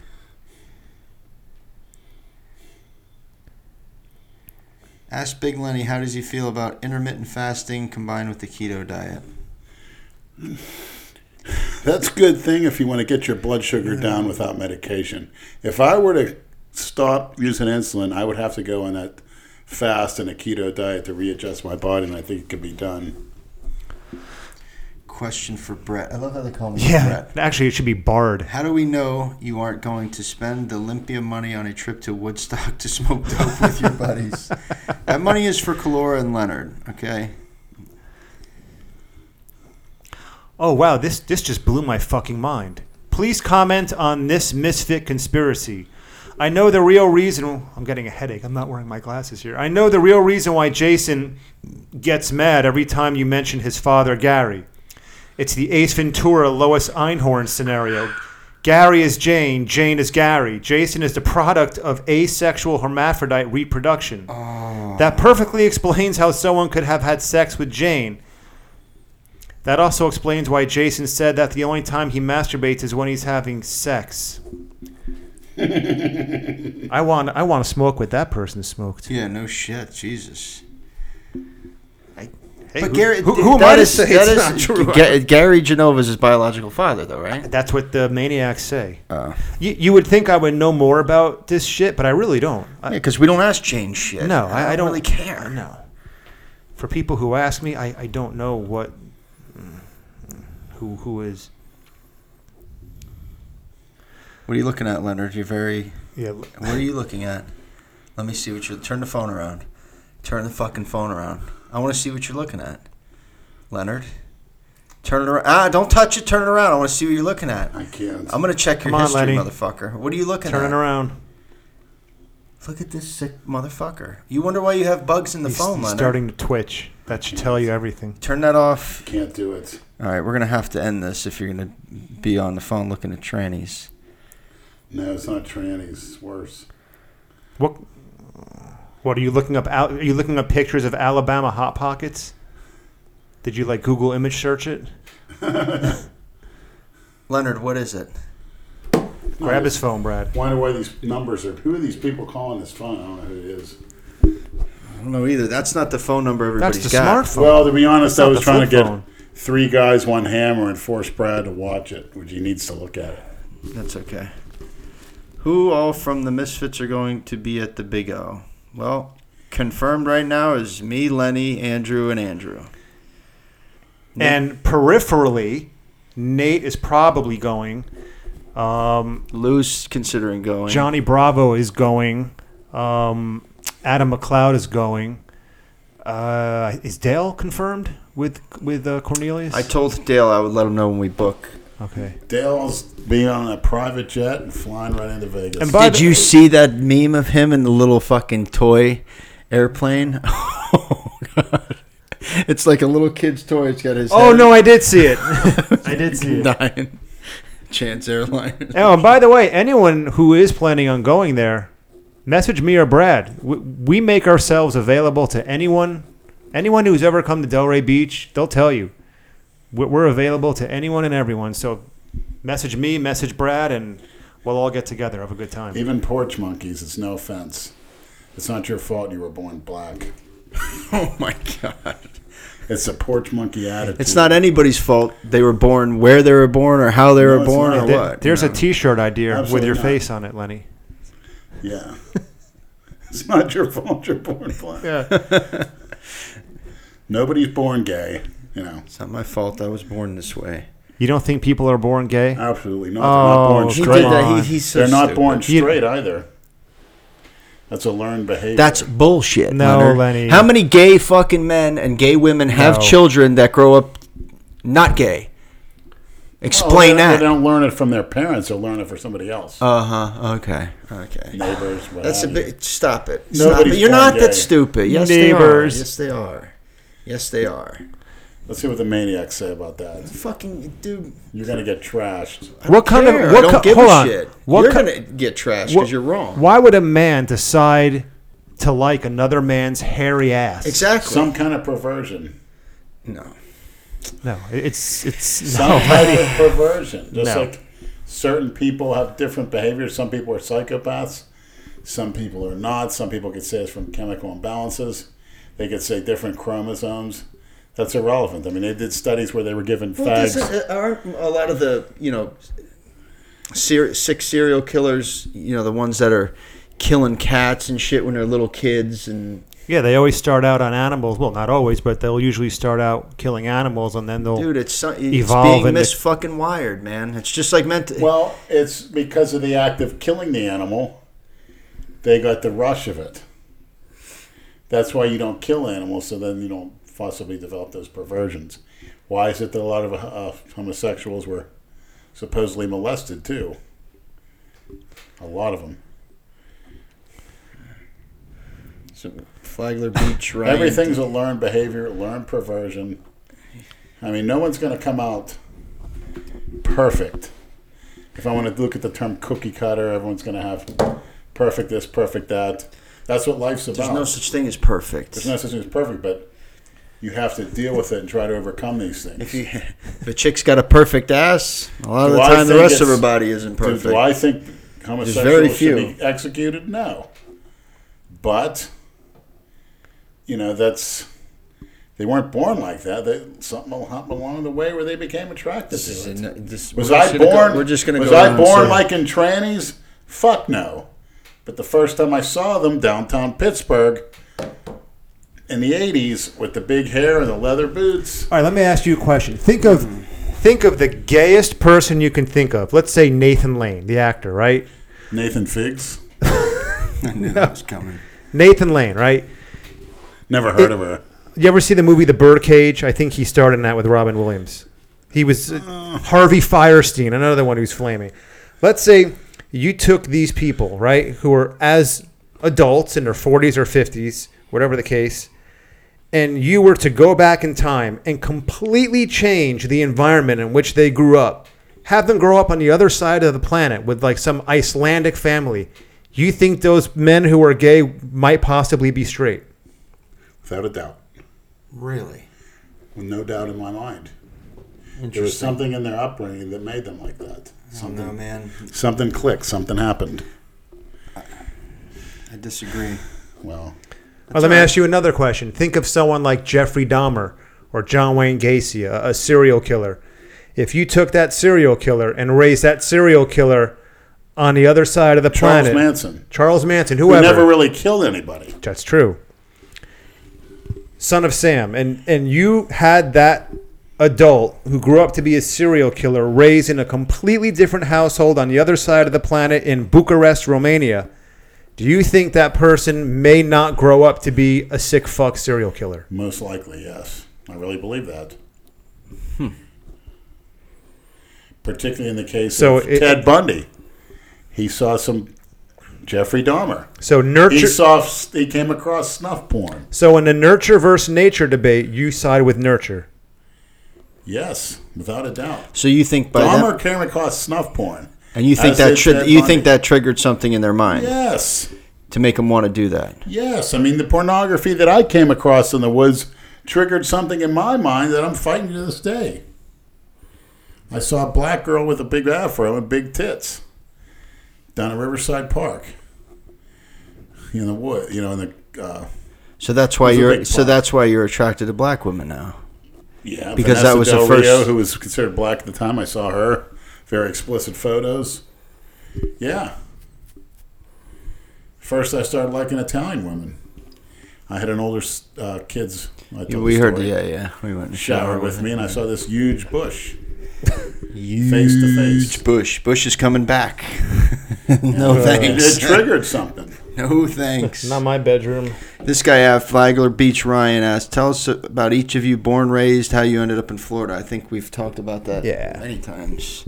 F: Ask Big Lenny how does he feel about intermittent fasting combined with the keto diet?
C: That's a good thing if you want to get your blood sugar down without medication. If I were to stop using insulin, I would have to go on that fast and a keto diet to readjust my body, and I think it could be done.
F: Question for Brett. I love how they call me
E: Yeah.
F: Brett.
E: Actually, it should be barred.
F: How do we know you aren't going to spend the Olympia money on a trip to Woodstock to smoke dope with your buddies? that money is for Calora and Leonard, okay?
E: Oh wow, this this just blew my fucking mind. Please comment on this misfit conspiracy. I know the real reason I'm getting a headache. I'm not wearing my glasses here. I know the real reason why Jason gets mad every time you mention his father Gary. It's the Ace Ventura Lois Einhorn scenario. Gary is Jane, Jane is Gary. Jason is the product of asexual hermaphrodite reproduction. That perfectly explains how someone could have had sex with Jane. That also explains why Jason said that the only time he masturbates is when he's having sex. I want I want to smoke what that person smoked.
F: Yeah, no shit. Jesus.
E: Hey,
F: But
E: who-
F: Gary,
E: who, who am I
F: that
E: to
F: is-
E: say
F: that
E: it's
F: is-
E: not true?
F: Ga- Gary Genova is his biological father, though, right?
E: That's what the maniacs say.
F: Uh,
E: you, you would think I would know more about this shit, but I really don't. I,
F: Yeah, because we don't ask Jane shit.
E: no, I, I don't
F: really care.
E: No. For people who ask me, I, I don't know what who who is.
F: What are you looking at, Leonard? You're very.
E: Yeah,
F: What are you looking at? Let me see what you're. Turn the phone around. Turn the fucking phone around. I want to see what you're looking at, Leonard. Turn it around. Ah, don't touch it. Turn it around. I want to see what you're looking at.
C: I can't.
F: I'm gonna check your
E: Come on,
F: history,
E: Lenny.
F: motherfucker. What are you looking
E: turning
F: at?
E: around.
F: Look at this sick motherfucker. You wonder why you have bugs in the
E: He's,
F: phone,
E: he's
F: Leonard.
E: starting to twitch. That should tell you everything.
F: Turn that off.
C: Can't do it.
F: All right, we're gonna have to end this if you're gonna be on the phone looking at trannies.
C: No, it's not trannies. It's worse.
E: What? What are you looking up? Al- Are you looking up pictures of Alabama hot pockets? Did you like Google image search it?
F: Leonard, what is it?
E: Grab his phone, Brad.
C: Wonder why these numbers are. Who are these people calling this phone? I don't know who it is.
F: I don't know either. That's not the phone number
E: That's
F: everybody's
E: the
F: got.
E: smartphone.
C: Well, to be honest,
E: That's
C: I
E: not
C: was
E: the
C: trying to
E: flip
C: get
E: phone.
C: three guys, one hammer, and force Brad to watch it, which he needs to look at it.
F: That's okay. Who all from the Misfits are going to be at the Big O? Well, confirmed right now is me, Lenny, Andrew, and Andrew.
E: and peripherally, Nate is probably going. Um,
F: Lou's considering going.
E: Johnny Bravo is going. Um, Adam McLeod is going. Uh, is Dale confirmed with with uh, Cornelius?
F: I told Dale I would let him know when we book.
E: okay.
C: Dale's being on a private jet and flying right into Vegas.
E: And by
F: Did
E: the-
F: you see that meme of him in the little fucking toy airplane? oh, God. It's like a little kid's toy. It's got his.
E: Oh
F: head.
E: no, I did see it. I did see it.
F: nine chance airline.
E: Oh, and by the way, anyone who is planning on going there, message me or Brad. We, we make ourselves available to anyone. Anyone who's ever come to Delray Beach, they'll tell you. We're, we're available to anyone and everyone. So message me, message Brad, and we'll all get together, have a good time.
C: Even porch monkeys, it's no offense. It's not your fault you were born black.
F: oh my god!
C: It's a porch monkey attitude.
F: It's not anybody's fault. They were born where they were born, or how they were
C: it's
F: born,
C: not.
F: or
C: There-
F: what.
E: There's a t shirt idea with
C: Absolutely
E: your
C: not.
E: face on it, Lenny.
C: Yeah. it's not your fault you're born black.
E: Yeah.
C: Nobody's born gay. You know,
F: It's not my fault. I was born this way.
E: You don't think people are born gay?
C: absolutely not. They're not born
E: Oh,
C: straight.
F: He did that. He- he's so
C: They're not
F: stupid.
C: born
E: You-
C: straight either. That's a learned behavior.
F: That's bullshit.
E: No,
F: Leonard.
E: Lenny.
F: How many gay fucking men and gay women have
E: No.
F: children that grow up not gay?
C: Well,
F: Explain
C: Oh, they- They
F: that.
C: don't learn it from their parents. They learn it from somebody else.
F: Uh huh. Okay. Okay.
C: Neighbors. What
F: That's a
C: have you.
F: bit. Stop it. Stop
C: Nobody's
F: it. You're
C: born
F: not
C: gay.
F: that stupid. Yes,
E: Neighbors.
F: they are. Yes, they are. Yes, they are.
C: Let's see what the maniacs say about that.
F: Fucking dude.
C: You're gonna get trashed.
F: I don't
E: What kind of-
F: care.
E: what
F: I don't
E: co-
F: give
E: hold
F: a
E: on.
F: shit.
E: What
F: you're
E: co-
F: gonna get trashed
E: What-
F: because you're wrong.
E: Why would a man decide to like another man's hairy ass?
F: Exactly.
C: Some kind of perversion.
F: no.
E: No, it's it's
C: Some
E: no.
C: type of perversion. Just
E: No.
C: like certain people have different behaviors. Some people are psychopaths. Some people are not. Some people could say it's from chemical imbalances. They could say different chromosomes. That's irrelevant. I mean, they did studies where they were given
F: Well,
C: fags.
F: doesn't- uh, aren't a lot of the you know ser- six serial killers? You know the ones that are killing cats and shit when they're little kids and
E: Yeah, they always start out on animals. Well, not always, but they'll usually start out killing animals, and then they'll.
F: dude, it's so- it's
E: Evolve
F: being
E: into-
F: mis fucking wired, man. It's just like meant. To,
C: Well, it's because of the act of killing the animal. They got the rush of it. That's why you don't kill animals, so then you don't possibly develop those perversions. Why is it that a lot of uh, homosexuals were supposedly molested too? A lot of them.
F: Some Flagler Beach, right?
C: Everything's a learned behavior, learned perversion. I mean, no one's going to come out perfect. If I want to look at the term cookie cutter, everyone's going to have perfect this, perfect that. That's what life's about.
F: There's no such thing as perfect.
C: There's no such thing as perfect, but you have to deal with it and try to overcome these things.
F: if, you, if a chick's got a perfect ass, a lot of
C: Do
F: the
C: I
F: time the
C: think
F: rest of
C: it's-
F: her body isn't
C: Do-
F: perfect.
C: Do, I think homosexuals
F: very few.
C: should be executed? No. But you know that's they weren't born like that. They, something will happen along the way where they became attracted
F: This is
C: to it.
F: a- this-
C: was
F: we're just
C: I
F: gonna go-
C: born?
F: we're just gonna
C: was
F: go
C: I
F: down and
C: born
F: say-
C: like in trannies? Fuck no. But the first time I saw them downtown Pittsburgh in the '80s with the big hair and the leather boots.
P: All right, let me ask you a question. Think of
F: Hmm.
E: Think of the gayest person you can think of. Let's say Nathan Lane, the actor, right?
C: Nathan Figs.
F: I knew that was coming.
E: Nathan Lane, right?
C: Never heard of her.
E: You ever see the movie The Birdcage? I think he starred in that with Robin Williams. He was uh, Harvey Firestein, another one who's flaming. Let's say you took these people, right, who are as adults in their 40s or 50s, whatever the case, and you were to go back in time and completely change the environment in which they grew up, have them grow up on the other side of the planet with like some Icelandic family, you think those men who are gay might possibly be straight?
C: Without a doubt.
F: Really?
C: With no doubt in my mind. There was something in their upbringing that made them like that. Something,
F: No, man.
C: something clicked. Something happened.
F: I disagree.
C: Well,
E: Well, let me ask you another question. Think of someone like Jeffrey Dahmer or John Wayne Gacy, a, a serial killer. If you took that serial killer and raised that serial killer on the other side of the
C: Charles
E: planet,
C: Manson,
E: Charles Manson,
C: who
E: whoever,
C: never really killed anybody.
E: that's true, son of Sam, and and you had that adult who grew up to be a serial killer raised in a completely different household on the other side of the planet in Bucharest, Romania. Do you think that person may not grow up to be a sick fuck serial killer?
C: Most likely, yes. I really believe that.
E: Hmm.
C: Particularly in the case
E: So
C: of
E: it-
C: Ted Bundy, he saw some Jeffrey Dahmer.
E: So
C: He
E: nurture.
C: saw he came across snuff porn.
E: So in the nurture versus nature debate, you side with nurture.
C: Yes, without a doubt.
F: So you think by
C: Dahmer
F: that,
C: came across snuff porn.
F: and you think
C: as
F: that
C: did
F: should
C: Ted
F: you
C: Bundy.
F: think that triggered something in their mind
C: Yes.
F: to make them want to do that?
C: Yes, I mean the pornography that I came across in the woods triggered something in my mind that I'm fighting to this day. I saw a black girl with a big afro and big tits down at Riverside Park in the wood, you know, in the uh,
F: So that's why
C: It was a
F: you're
C: big
F: so
C: plot.
F: that's why you're attracted to black women now.
C: yeah
F: Because that
C: Vanessa
F: was the
C: Del
F: first-
C: Rio, who was considered black at the time. I saw her very explicit photos. Yeah. First, I started liking Italian women. I had an older s- uh, kids. I told
F: we
C: the
F: heard the-
C: story,
F: yeah, yeah. We went in the
C: shower
F: shower
C: with
F: with
C: me,
F: it,
C: and I
F: yeah.
C: saw this huge bush.
F: Huge
C: Face to face.
F: Bush. Bush is coming back. no
C: Uh,
F: thanks.
C: It triggered something.
F: No thanks.
E: Not my bedroom.
F: This guy at Flagler Beach, Ryan asked, "Tell us about each of you, born, raised, how you ended up in Florida." I think we've talked about that
E: Yeah.
F: many times.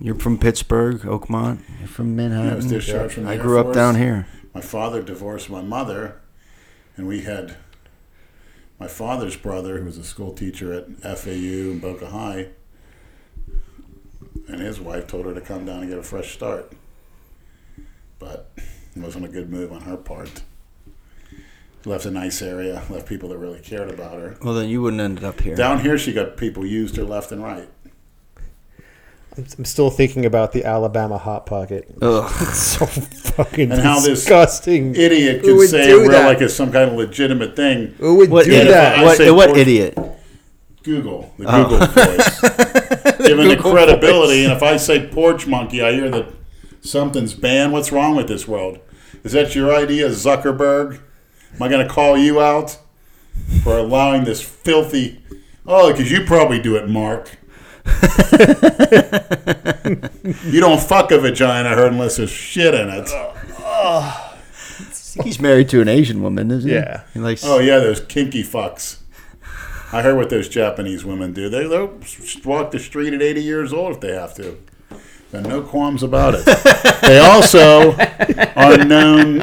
F: You're from Pittsburgh, Oakmont. You're from Manhattan.
C: I was discharged from the
F: I
C: Air
F: grew up
C: Force.
F: down here.
C: My father divorced my mother, and we had my father's brother, who was a school teacher at FAU in Boca High, and his wife told her to come down and get a fresh start. But it wasn't a good move on her part. Left a nice area, left people that really cared about her.
F: Well, then you wouldn't ended up here.
C: Down here, she got people used her left and right.
E: I'm, I'm still thinking about the Alabama hot pocket.
F: Ugh.
E: It's so fucking
C: And how this
E: disgusting.
C: idiot
E: Who
C: could
E: would
C: say
E: do
C: real
E: that?
C: like it's some kind of legitimate thing.
E: Who would
F: What
E: do
F: idiot?
E: that?
C: I
F: What,
C: say
F: what
C: Port-
F: idiot?
C: Google, the Google voice, given Oh. the credibility. And if I say porch monkey, I hear that something's banned. What's wrong with this world? Is that your idea, Zuckerberg? Am I going to call you out for allowing this filthy? Oh, because you probably do it, Mark. you don't fuck a vagina hurt unless there's shit in it.
F: He's married to an Asian woman, isn't he?
E: Yeah.
F: He likes,
C: Oh yeah, those kinky fucks. I heard what those Japanese women do. They they'll walk the street at 80 years old if they have to. And no qualms about it. they also are known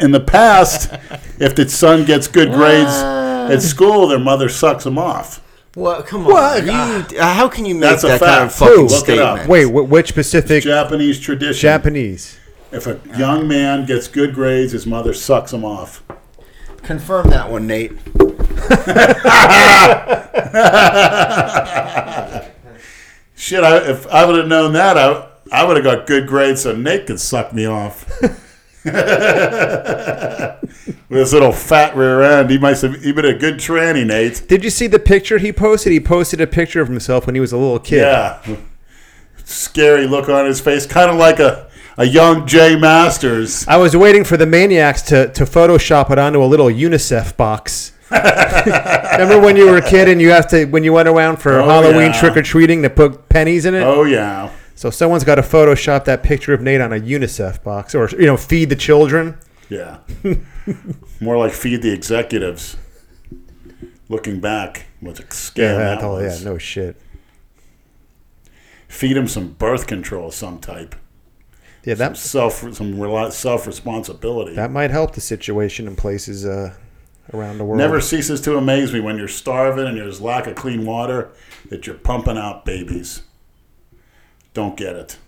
C: in the past if the son gets good grades at school, their mother sucks them off.
F: What? Come on. You, uh, how can you make
C: Ah. That's a
F: that kind of
C: fact.
F: fucking
C: Look it up.
F: statement?
E: Wait, wh- which specific
C: Japanese tradition.
E: Japanese?
C: if a young man gets good grades, his mother sucks him off.
F: Confirm that one, Nate.
C: Shit, I, if I would have known that, I, I would have got good grades so Nate could suck me off. With his little fat rear end, he might have he been a good tranny, Nate.
E: Did you see the picture he posted? He posted a picture of himself when he was a little kid.
C: Yeah. Scary look on his face, kind of like a, a young Jay Masters.
E: I was waiting for the maniacs to, to Photoshop it onto a little UNICEF box. Remember when you were a kid and you have to when you went around for
C: Oh,
E: Halloween
C: yeah.
E: trick or treating to put pennies in it?
C: Oh, yeah.
E: So someone's got to Photoshop that picture of Nate on a UNICEF box, or you know, feed the children.
C: Yeah. More like Feed the Executives. Looking back, what a scam
E: Yeah,
C: that
E: oh, yeah,
C: was.
E: no shit.
C: Feed him some birth control of some type.
E: Yeah, that
C: Self, some rel- self-responsibility.
E: that might help the situation in places uh, around the world.
C: Never ceases to amaze me when you're starving and there's lack of clean water that you're pumping out babies. Don't get it.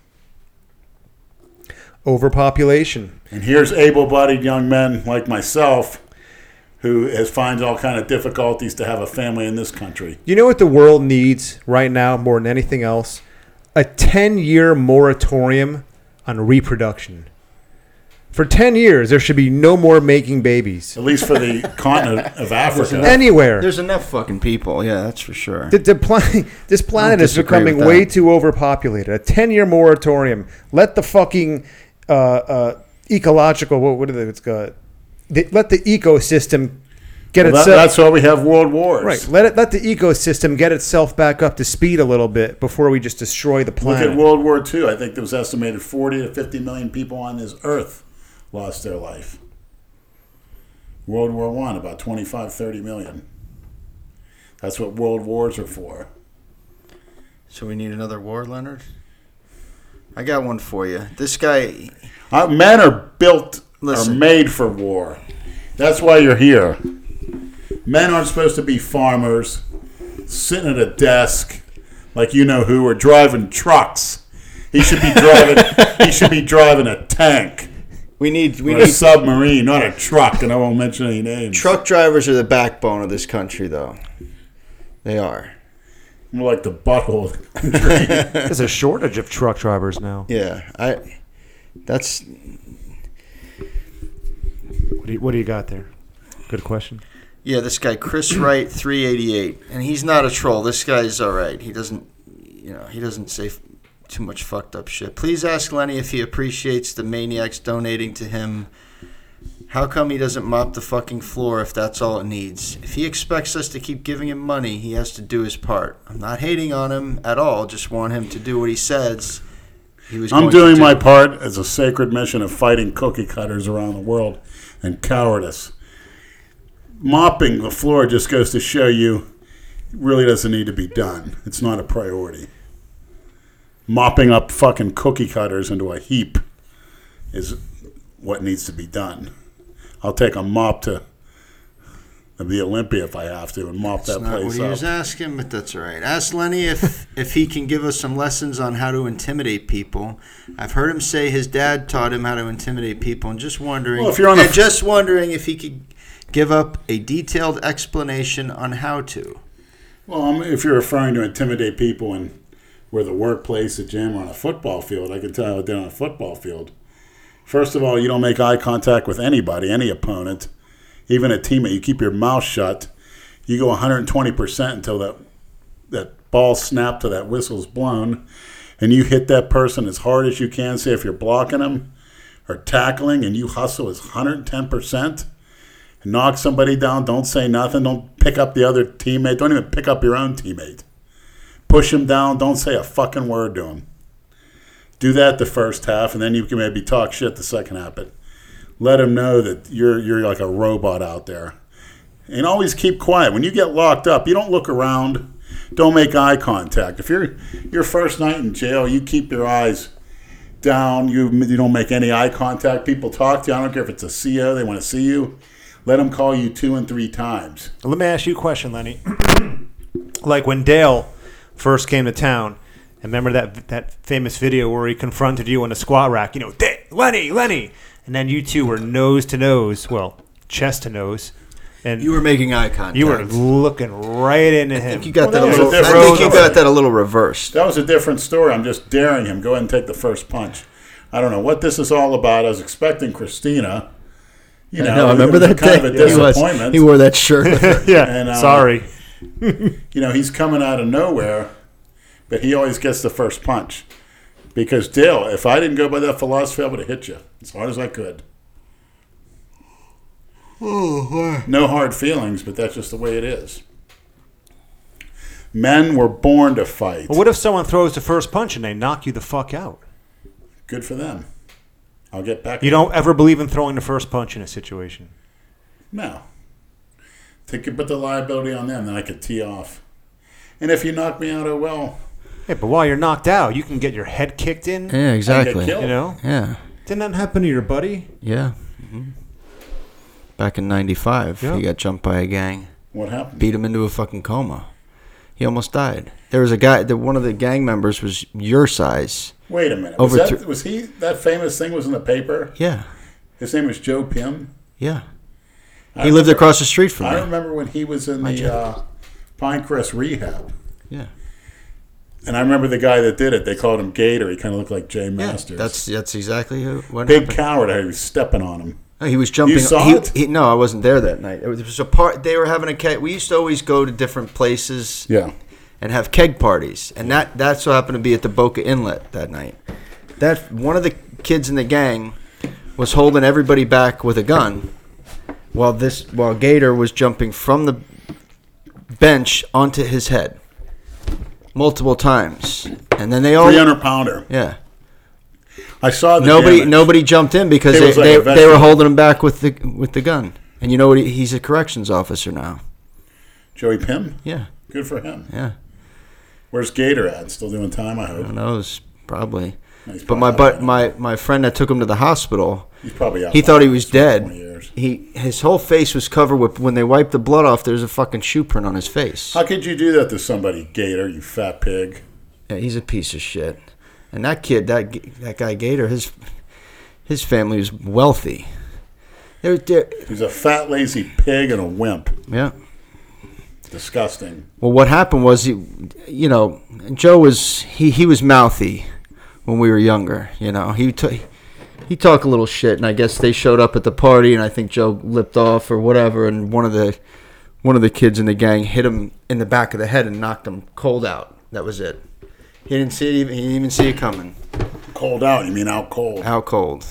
E: overpopulation.
C: And here's able-bodied young men like myself who has finds all kind of difficulties to have a family in this country.
E: You know what the world needs right now more than anything else? A 10 year moratorium on reproduction. For 10 years, there should be no more making babies
C: At least for the continent of Africa.
E: anywhere.
F: There's enough fucking people. Yeah, that's for sure.
E: The, the pla- this planet is
F: disagree
E: becoming
F: with that.
E: way too overpopulated. A 10 year moratorium. Let the fucking uh, uh, ecological, what, what are they, it's got, the, let the ecosystem get
C: Well, that-
E: itself.
C: that's why we have world wars.
E: Right. Let it let the ecosystem get itself back up to speed a little bit before we just destroy the
C: Look
E: planet.
C: at World War II. I think there was estimated 40 to 50 million people on this earth lost their life. World War One, about 25, 30 million. That's what world wars are for.
F: So we need another war, Leonard? I got one for you. This guy,
C: Uh, men are built, are
F: Listen.
C: made for war. That's why you're here. Men aren't supposed to be farmers, sitting at a desk, like you know who, or driving trucks. He should be driving. he should be driving a tank.
F: we need we
C: or a
F: need
C: submarine, not a truck, and I won't mention any names.
F: truck drivers are the backbone of this country, though. They are.
C: More like the butthole of the country.
Q: There's a shortage of truck drivers now.
F: Yeah, I. That's
Q: What do you, what do you got there? Good question.
F: yeah. This guy Chris Wright, three eighty eight, and he's not a troll. This guy's all right. He doesn't, you know, he doesn't say f- too much fucked up shit. Please ask Lenny if he appreciates the maniacs donating to him. How come he doesn't mop the fucking floor if that's all it needs? If he expects us to keep giving him money, he has to do his part. I'm not hating on him at all. Just want him to do what he says. He was.
C: I'm
F: going to
C: doing
F: do.
C: my part as a sacred mission of fighting cookie cutters around the world and cowardice. Mopping the floor just goes to show you it really doesn't need to be done. It's not a priority. Mopping up fucking cookie cutters into a heap is what needs to be done. I'll take a mop to the Olympia if I have to and mop
F: That's
C: that
F: not what
C: place
F: he was
C: up.
F: asking, but that's all right. Ask Lenny if, if he can give us some lessons on how to intimidate people. I've heard him say his dad taught him how to intimidate people, and just wondering,
C: Well, if you're on
F: and
C: the-
F: just wondering if he could give up a detailed explanation on how to.
C: Well, I'm, if you're referring to intimidate people in where the workplace, a gym, or on a football field, I can tell you what they did on a football field. First of all, you don't make eye contact with anybody, any opponent, even a teammate. You keep your mouth shut. You go 120% until that that ball snapped to that whistle's blown, and you hit that person as hard as you can. Say if you're blocking them or tackling, and you hustle as 110% knock somebody down. Don't say nothing. Don't pick up the other teammate. Don't even pick up your own teammate. Push him down. Don't say a fucking word to him. Do that the first half, and then you can maybe talk shit the second half. But let him know that you're you're like a robot out there, and always keep quiet. When you get locked up, you don't look around. Don't make eye contact. If you're your first night in jail, you keep your eyes down. You you don't make any eye contact. People talk to you. I don't care if it's a CO. They want to see you. Let them call you two and three times.
E: Let me ask you a question, Lenny. like when Dale first came to town, and remember that that famous video where he confronted you on a squat rack? You know, "Da- Lenny, Lenny, and then you two were nose to nose, well, chest to nose, and
F: You were making eye contact.
E: you were looking right into him.
F: think you got
C: Well, that
F: that. a
C: was a
F: little, I
C: different-
F: think you got that a little reversed.
C: That was a different story. I'm just daring him. Go ahead and take the first punch. I don't know what this is all about. I was expecting Christina. You know,
F: I know. I
C: it
F: remember
C: was
F: that
C: kind
F: day.
C: of a
F: he, was,
C: disappointment.
F: he wore that shirt. with her.
E: yeah.
C: And, uh,
E: sorry.
C: you know, he's coming out of nowhere, but he always gets the first punch. Because Dale, if I didn't go by that philosophy, I would have hit you as hard as I could. No hard feelings, but that's just the way it is. Men were born to fight.
E: Well, what if someone throws the first punch and they knock you the fuck out?
C: Good for them. I'll get back.
E: You don't ever believe in throwing the first punch in a situation.
C: No. They could put the liability on them, then I could tee off. And if you knock me out, oh well.
E: Yeah, but while you're knocked out, you can get your head kicked in.
F: Yeah, exactly.
C: killed.
E: You know,
F: Yeah,
E: didn't that happen to your buddy?
F: yeah. Mm-hmm. Back in '95,
E: Yeah.
F: he got jumped by a gang.
C: What happened?
F: beat him into a fucking coma. He almost died. There was a guy that one of the gang members was your size.
C: Wait a minute. Was,
F: Overthrew-
C: that, was he that famous thing was in the paper?
F: Yeah,
C: His name was Joe Pim.
F: yeah.
C: I
F: He lived
C: remember-
F: across the street from
C: I
F: me.
C: remember when he was in the uh, Pinecrest rehab,
F: Yeah,
C: and I remember the guy that did it. They called him Gator. He kind of looked like Jay
F: yeah.
C: Masters.
F: That's that's exactly who. What
C: big
F: happened.
C: coward. How he was stepping on him.
F: No, he was jumping.
C: saw
F: he,
C: it?
F: he- no, I wasn't there that night. It was, it was a part. They were having a keg. We used to always go to different places.
C: Yeah.
F: and have keg parties. And that that's what happened to be at the Boca Inlet that night. That one of the kids in the gang was holding everybody back with a gun, while this while Gator was jumping from the bench onto his head multiple times, and then they all
C: Three hundred pounder.
F: yeah.
C: I saw the
F: Nobody
C: damage.
F: nobody jumped in because
C: It
F: they
C: was like
F: they,
C: a
F: they were
C: veteran.
F: holding him back with the with the gun. And you know what? He, he's a corrections officer now.
C: Joey Pim.
F: Yeah,
C: Good for him.
F: yeah.
C: Where's Gator at? Still doing time, I hope.
F: Who knows? Probably.
C: He's
F: But
C: probably
F: my
C: out
F: but
C: right now.
F: my my friend that took him to the hospital,
C: He's probably out
F: he
C: now.
F: thought he
C: 20
F: was dead.
C: years.
F: He his whole face was covered with when they wiped the blood off. There's a fucking shoe print on his face.
C: How could you do that to somebody, Gator? You fat pig.
F: Yeah, he's a piece of shit. And that kid, that g- that guy Gator, his his family was wealthy. They're, they're
C: He's a fat, lazy pig and a wimp.
F: yeah.
C: Disgusting.
F: Well, what happened was, he, you know, Joe was he he was mouthy when we were younger. You know, he t- he talked a little shit, and I guess they showed up at the party, and I think Joe lipped off or whatever, and one of the one of the kids in the gang hit him in the back of the head and knocked him cold out. That was it. He didn't see it. Even, he didn't even see it coming.
C: Cold out. You mean out cold?
F: Out cold.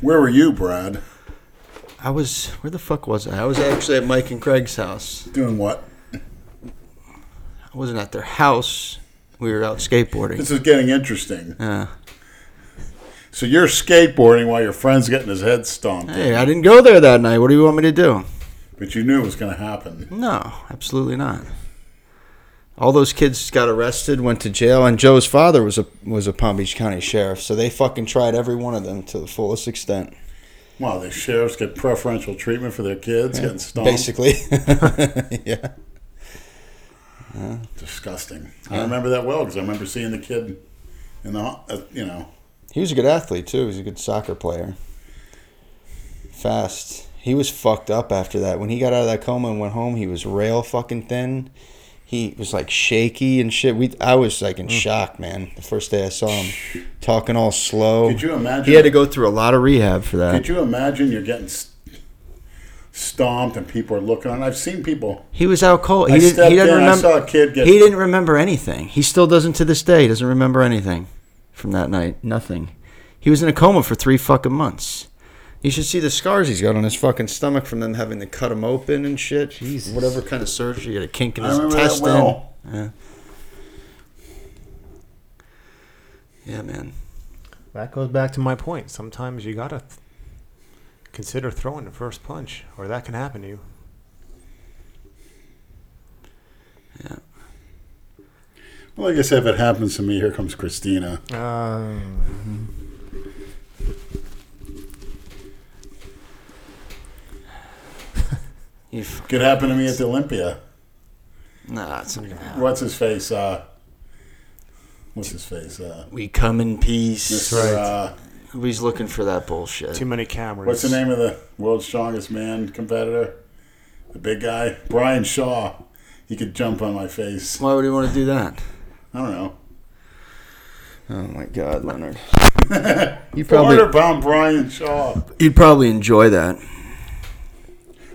C: Where were you, Brad?
F: I was where the fuck was I? I was actually at Mike and Craig's house.
C: Doing what?
F: I wasn't at their house. We were out skateboarding.
C: This is getting interesting.
F: Yeah.
C: So you're skateboarding while your friend's getting his head stomped.
F: Hey, I didn't go there that night. What do you want me to do?
C: But you knew it was going to happen.
F: No, absolutely not. All those kids got arrested, went to jail, and Joe's father was a was a Palm Beach County sheriff, so they fucking tried every one of them to the fullest extent.
C: Wow, the sheriffs get preferential treatment for their kids getting stomped.
F: Basically, yeah. Yeah.
C: Disgusting. I
F: Yeah.
C: remember that well because I remember seeing the kid in the, ho- uh, you know,
F: He was a good athlete too. He was a good soccer player. Fast. He was fucked up after that. When he got out of that coma and went home, he was rail fucking thin. He was like shaky and shit. We I was like
C: Mm.
F: in shock, man. The first day I saw him, talking all slow.
C: Could you imagine-
F: Oh. He had to go through a lot of rehab for that.
C: Could you imagine you're getting st- stomped and people are looking on? I've seen people.
F: He was out cold.
C: I
F: He didn't.
C: stepped
F: He didn't
C: in, I
F: remember.
C: saw a kid get-
F: he didn't remember anything. He still doesn't to this day. Doesn't remember anything from that night. Nothing. He was in a coma for three fucking months. You should see the scars he's got on his fucking stomach from them having to cut him open and shit. Whatever kind of surgery, he had a kink in
C: I
F: his
C: remember that
F: intestine.
C: well.
F: Yeah. Yeah, man.
E: That goes back to my point. Sometimes you gotta th- consider throwing the first punch, or that can happen to you.
C: Well, like I said, if it happens to me, here comes Christina.
E: Uh,
C: Could happen to me at the Olympia.
F: Nah, it's not.
C: What's his face? Uh, what's his face? Uh,
F: We come in peace.
C: That's right. Uh,
F: Nobody's looking for that bullshit.
E: Too many cameras.
C: what's the name of the world's strongest man competitor? The big guy, Brian Shaw. He could jump on my face.
F: Why would he want to do that?
C: I don't know.
F: Oh my God, Leonard.
C: You
F: You probably-
C: 400 pound Brian Shaw.
F: You'd probably enjoy that.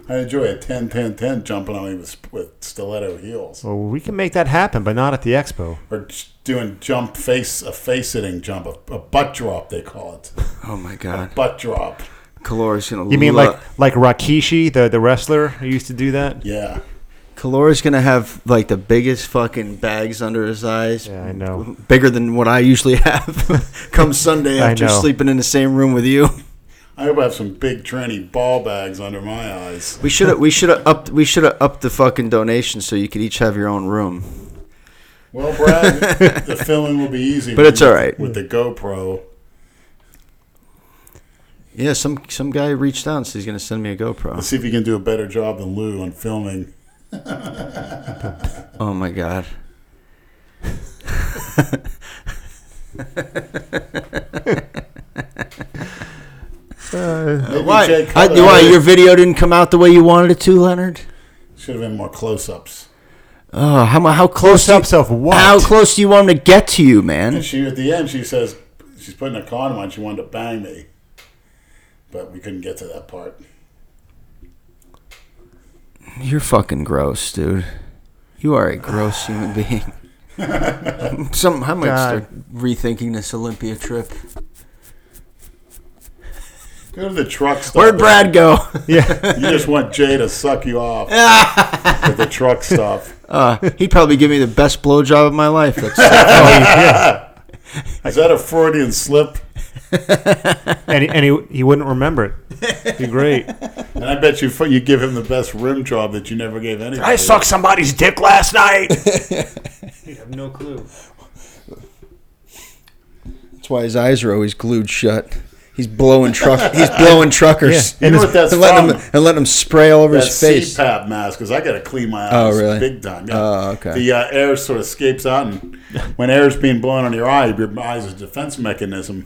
C: I enjoy a 10 10 10 jumping on me with, with stiletto heels.
E: Well, we can make that happen, but not at the expo.
C: Or j- doing jump face, a face sitting jump, a, a butt drop, they call it.
F: Oh my God.
C: Butt drop.
F: Kalora's gonna.
E: You mean
F: lo-
E: like like Rakishi, the the wrestler who used to do that?
C: Yeah.
F: Kalora's gonna have like the biggest fucking bags under his eyes. Yeah,
E: I know.
F: Bigger than what I usually have. Come Sunday
E: I
F: after
E: know.
F: sleeping in the same room with you,
C: I hope I have some big tranny ball bags under my eyes.
F: we should have we should have upped we should have upped the fucking donation so you could each have your own room.
C: Well, Brad, the filming will be easy.
F: But
C: with
F: it's
C: you-
F: all right.
C: With the GoPro.
F: Yeah, some some guy reached out and said he's gonna send me a GoPro.
C: Let's see if you can do a better job than Lou on filming.
F: Oh my god.
C: Maybe
F: Uh, why?
C: Jay
F: I,
C: Cutler-
F: why your video didn't come out the way you wanted it to, Leonard?
C: Should have been more close ups.
F: Oh, how mu- how close ups of what? How close do you want him to get to you, man?
C: And she, at the end, she says she's putting a condom on. She wanted to bang me, but we couldn't get to that part.
F: You're fucking gross, dude. You are a gross human being. Some, I might
C: God.
F: start rethinking this Olympia trip.
C: Go to the truck stop.
F: Where'd Brad go?
C: Yeah. you just want Jay to suck you off at the truck stop.
F: Uh, he'd probably give me the best blowjob of my life. That's
C: Is that a Freudian slip?
E: and he, and he, he wouldn't remember it. It'd be great.
C: And I bet you fu- you give him the best rim job that you never gave anybody.
R: I sucked somebody's dick last night.
E: You have no clue.
F: that's why his eyes are always glued shut. He's blowing truck. He's blowing truckers.
C: Yeah. You know what that's
F: and letting them
C: from?
F: and letting them spray all over
C: That
F: his face.
C: CPAP mask, because I got to clean my eyes
F: Oh, really?
C: big time. Yeah.
F: Oh, okay.
C: The uh, air sort of escapes out, and when air is being blown on your eye, your eye's defense mechanism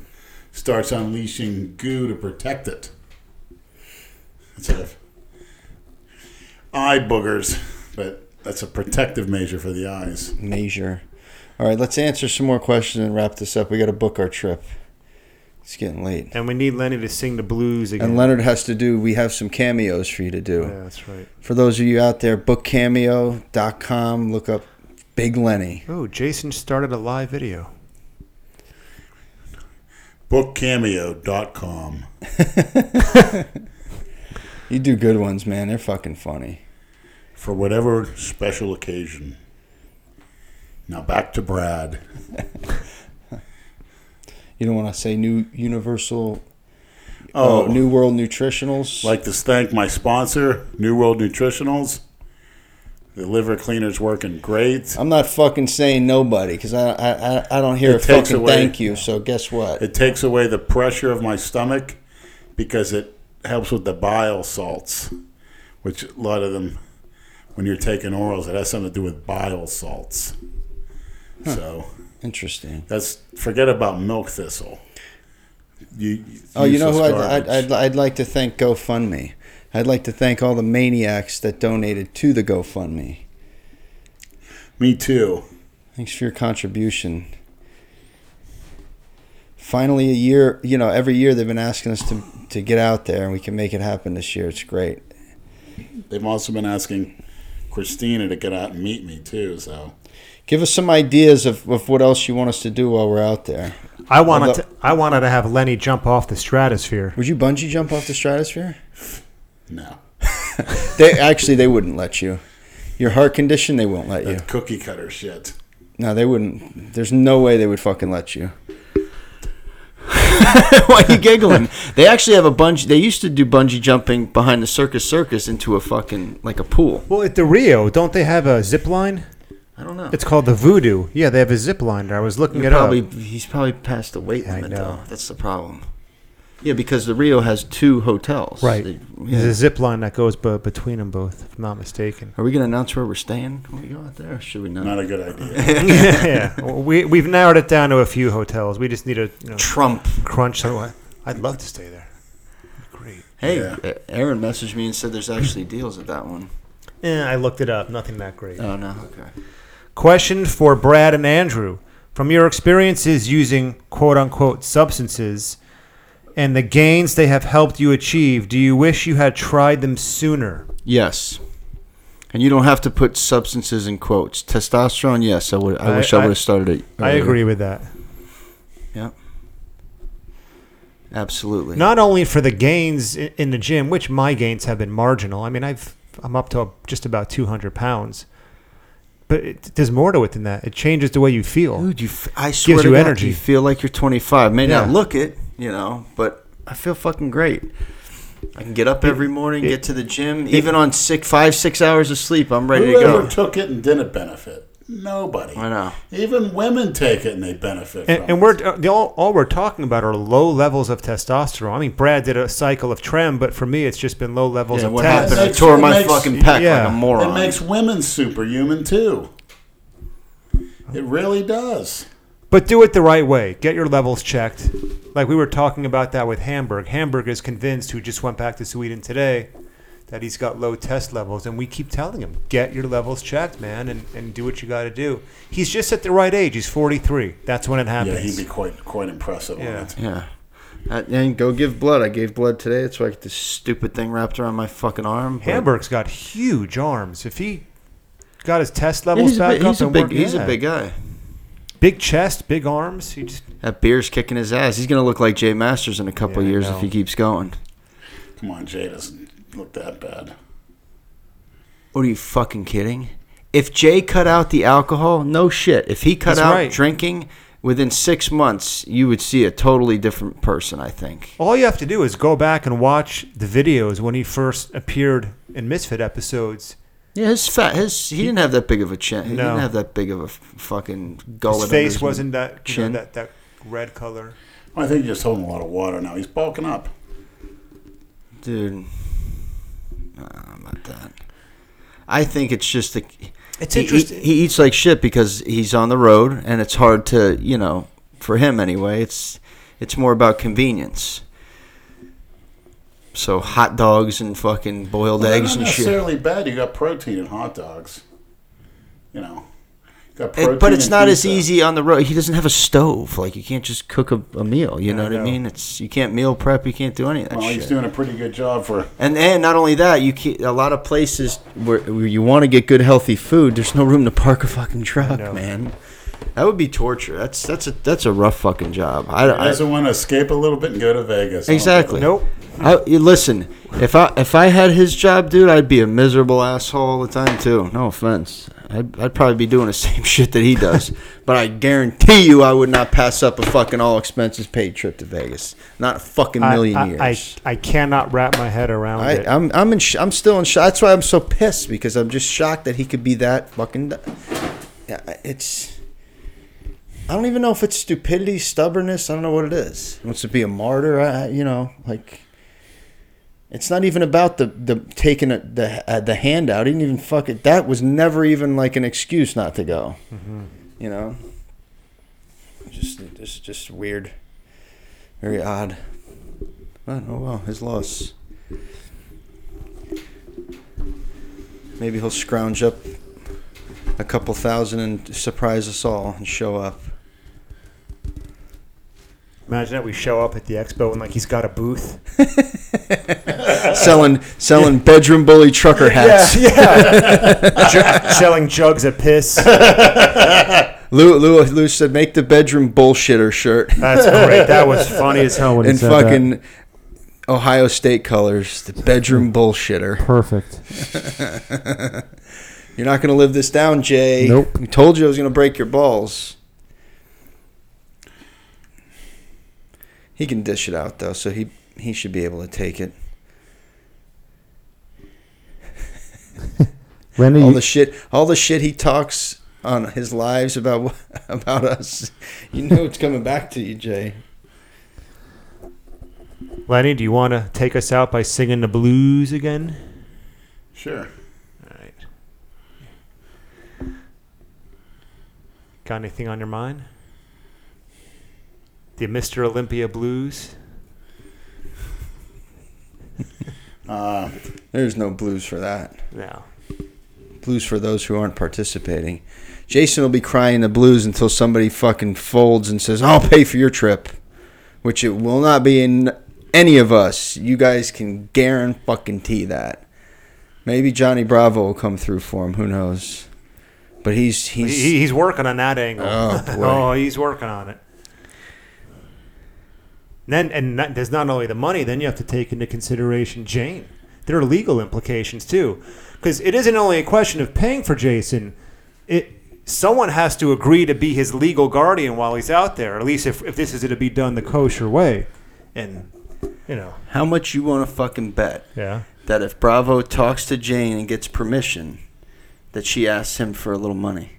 C: starts unleashing goo to protect it. It's like eye boogers, but that's a protective measure for the eyes.
F: Measure. All right, let's answer some more questions and wrap this up. We got to book our trip. It's getting late.
E: And we need Lenny to sing the blues again.
F: And Leonard has to do, we have some cameos for you to do.
E: Yeah, that's right.
F: For those of you out there, bookcameo.com, look up Big Lenny.
E: Oh, Jason started a live video.
C: Bookcameo.com.
F: You do good ones, man. They're fucking funny.
C: For whatever special occasion. Now back to Brad.
F: You don't want to say new universal.
C: Oh.
F: Oh, New World Nutritionals.
C: Like to thank my sponsor, New World Nutritionals. The liver cleaner's working great.
F: I'm not fucking saying nobody because I, I I- I don't hear
C: It
F: a
C: takes
F: fucking
C: away-
F: thank you. So guess what?
C: It takes away the pressure of my stomach because it helps with the bile salts, which a lot of them, when you're taking orals, it has something to do with bile salts. So
F: Interesting.
C: that's forget about milk thistle. You,
F: Oh, you know who
C: useless
F: I'd, I'd,
C: garbage.
F: I'd, I'd like to thank GoFundMe. I'd like to thank all the maniacs that donated to the GoFundMe.
C: Me too.
F: Thanks for your contribution. Finally, a year, you know, every year they've been asking us to, to get out there and we can make it happen this year. It's great.
C: They've also been asking Christina to get out and meet me too. So
F: Give us some ideas of, of what else you want us to do while we're out there.
E: I wanted
F: Although-
E: to, I wanted to have Lenny jump off the stratosphere.
F: Would you bungee jump off the stratosphere?
C: no,
F: They actually they wouldn't let you. Your heart condition, they won't let you.
C: that cookie cutter shit.
F: No, they wouldn't. There's no way they would fucking let you. Why are you giggling? they actually have a bungee. They used to do bungee jumping behind the circus circus into a fucking like a pool.
E: Well, at the Rio, don't they have a zip line?
F: I don't know.
E: It's called the Voodoo. Yeah, they have a zip line. I was looking
F: You're
E: it
F: probably
E: up.
F: he's probably past the weight
E: I
F: limit
E: know.
F: though. That's the problem. Yeah, because the Rio has two hotels.
E: Right.
F: They-
E: There's
F: yeah.
E: a zip line that goes b- between them both, if I'm not mistaken.
F: Are we gonna announce where we're staying when we go out there? Or should we not?
C: Not a good idea.
E: yeah, Well, we we've narrowed it down to a few hotels. We just need to you know,
F: Trump.
E: crunch. So I- I'd love to stay there. Great.
F: Hey, uh,
C: Yeah.
F: Aaron messaged me and said there's actually deals at that one.
E: Yeah, Eh, I looked it up. Nothing that great.
F: Oh no, okay.
E: Question for Brad and Andrew. From your experiences using quote unquote substances and the gains they have helped you achieve, do you wish you had tried them sooner?
F: Yes. And you don't have to put substances in quotes. Testosterone, yes. I would. I, wish I
E: I-
F: would have started it.
E: I
F: earlier.
E: agree with that.
F: Yep. Absolutely.
E: Not only for the gains i- in the gym, which my gains have been marginal. I mean, I've I'm up to just about 200 pounds, but it, there's more to it than that. It changes the way you feel.
F: dude. You. F- I swear to
E: you
F: God,
E: energy.
F: you feel like you're 25. May not
E: Yeah.
F: look it, you know, but I feel fucking great. I can get up every morning, get to the gym, even on six, five, six hours of sleep. I'm ready to
C: Whoever
F: go.
C: took it and didn't benefit? Nobody.
F: I know.
C: Even women take it and they benefit.
E: And,
C: from
E: and
C: it.
E: we're uh, the, all, all we're talking about are low levels of testosterone. I mean, Brad did a cycle of trem, but for me, it's just been low levels
F: Yeah,
E: of
F: what
E: tes-
F: happened? I
C: makes-
F: tore
C: it
F: my
C: makes-
F: fucking pec
E: yeah.
F: like a
E: It
F: moron.
C: It makes women superhuman too. It really does.
E: But do it the right way. Get your levels checked. Like we were talking about that with Hamburg. Hamburg is convinced, who just went back to Sweden today, that he's got low test levels, and we keep telling him, get your levels checked, man, and, and do what you got to do. He's just at the right age. He's 43. That's when it
C: Yeah,
E: happens.
C: he'd be quite quite impressive
E: Yeah.
C: on it.
F: Yeah. Uh, and go give blood. I gave blood today. That's why I get this stupid thing wrapped around my fucking arm. but-
E: Hamburg's got huge arms. If he got his test
F: Yeah,
E: levels
F: he's, a
E: back
F: big,
E: up,
F: he's, a
E: and
F: big,
E: work-
F: he's
E: yeah.
F: a big guy.
E: big chest, big arms. He just
F: That beer's kicking his ass. He's going to look like Jay Masters in a couple
E: Yeah, I
F: years
E: know.
F: if he keeps going.
C: Come on, Jay doesn't look that bad.
F: What are you fucking kidding? If Jay cut out the alcohol, no shit. If he cut
E: That's
F: out
E: right.
F: drinking, within six months, you would see a totally different person, I think.
E: All you have to do is go back and watch the videos when he first appeared in Misfit episodes.
F: Yeah, his fat, his he, didn't have that big of a chin. He
E: No.
F: didn't have that big of a f- fucking gullet.
E: His
F: under
E: face wasn't that, you know,
F: chin.
E: that that red color.
C: I think he's just holding a lot of water now. He's bulking up.
F: Dude, nah, I'm not that. I think it's just the.
E: It's
F: he,
E: interesting.
F: He, he eats like shit because he's on the road, and it's hard to, you know, for him anyway. It's it's more about convenience. So hot dogs and fucking boiled
C: Well, they're
F: eggs
C: not
F: and shit.
C: necessarily bad. You got protein in hot dogs. You know, You got
F: It-
C: protein
F: but it's
C: in
F: not as
C: pizza.
F: easy on the road. He doesn't have a stove. Like you can't just cook a, a meal. You know what I
E: know.
F: mean? It's you can't meal prep. You can't do any of that
C: Well,
F: shit.
C: he's doing a pretty good job for.
F: And and not only that, you can a lot of places where, where you want to get good healthy food. There's no room to park a fucking truck,
E: know.
F: man. That would be torture. That's that's a that's a rough fucking job. I,
C: I
F: I
C: just want to escape a little bit and go to Vegas. I don't
F: exactly.
C: think-
F: I, you listen, if I if I had his job, dude, I'd be a miserable asshole all the time too. No offense. I'd, I'd probably be doing the same shit that he does, but I guarantee you, I would not pass up a fucking all expenses paid trip to Vegas. Not a fucking million
E: I,
F: years.
E: I, I, I cannot wrap my head around
F: I,
E: it.
F: I'm I'm in sh- I'm still in shock. That's why I'm so pissed because I'm just shocked that he could be that fucking. d- Yeah, I- It's. I don't even know if it's stupidity, stubbornness. I don't know what it is. He wants to be a martyr. I, you know, like. It's not even about the the taking a, the uh, the handout. He didn't even fuck it. That was never even like an excuse not to go.
E: Mm-hmm.
F: You know. Just just just weird. Very odd. But, oh well, his loss. Maybe he'll scrounge up a couple thousand and surprise us all and show up.
E: Imagine that we show up at the expo and like he's got a booth.
F: selling selling bedroom bully trucker hats.
E: Yeah, yeah. Ju- selling jugs of piss.
F: Lou, Lou, Lou said, "Make the bedroom bullshitter shirt."
E: That's great. That was funny as hell when he
F: In
E: said that.
F: fucking Ohio State colors, the bedroom bullshitter.
S: Perfect.
F: You're not gonna live this down, Jay.
S: Nope.
F: We told you I was gonna break your balls. He can dish it out though, so he he should be able to take it.
S: Randy,
F: all
S: you-
F: the shit all the shit he talks on his lives about about us you know it's coming back to you jay
E: Lenny, do you want to take us out by singing the blues again?
C: Sure.
E: All right. Got anything on your mind? The Mr. Olympia blues.
C: Uh,
F: there's no blues for that
E: No.
F: blues for those who aren't participating jason will be crying the blues until somebody fucking folds and says i'll pay for your trip which it will not be in any of us you guys can guarantee fucking tee that maybe johnny bravo will come through for him who knows but he's he's
E: He, he's working on that angle.
F: Oh, boy.
E: Oh, he's working on it. And then and that, there's not only the money. Then you have to take into consideration Jane. There are legal implications too, because it isn't only a question of paying for Jason. It someone has to agree to be his legal guardian while he's out there. At least if if this is to be done the kosher way, and you know,
F: how much you want to fucking bet
E: yeah,
F: that if Bravo talks to Jane and gets permission, that she asks him for a little money.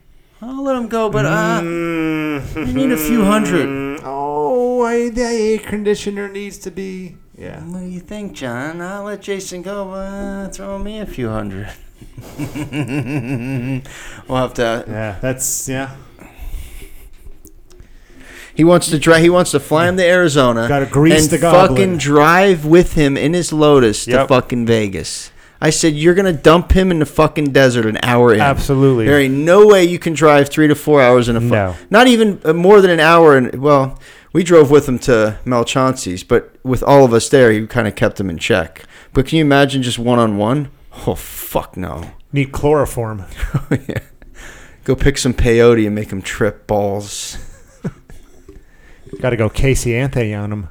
F: I'll let him go, but uh,
E: Mm-hmm.
F: I need a few hundred.
E: Oh, I, the air conditioner needs to be. Yeah.
F: What do you think, John? I'll let Jason go. Uh, throw me a few hundred. we'll have to.
E: Yeah, that's yeah.
F: He wants to drive. He wants to fly him to Arizona.
E: Gotta grease
F: and
E: the goblin.
F: fucking drive with him in his Lotus to
E: Yep.
F: fucking Vegas. I said you're gonna dump him in the fucking desert an hour in.
E: Absolutely.
F: There ain't no way you can drive three to four hours in a. Fu-
E: No.
F: Not even uh, more than an hour. And well, we drove with him to Mel Chauncey's, but with all of us there, he kind of kept him in check. But can you imagine just one on one? Oh fuck no.
E: Need chloroform.
F: yeah. Go pick some peyote and make him trip balls.
E: Got to go Casey Anthony on him.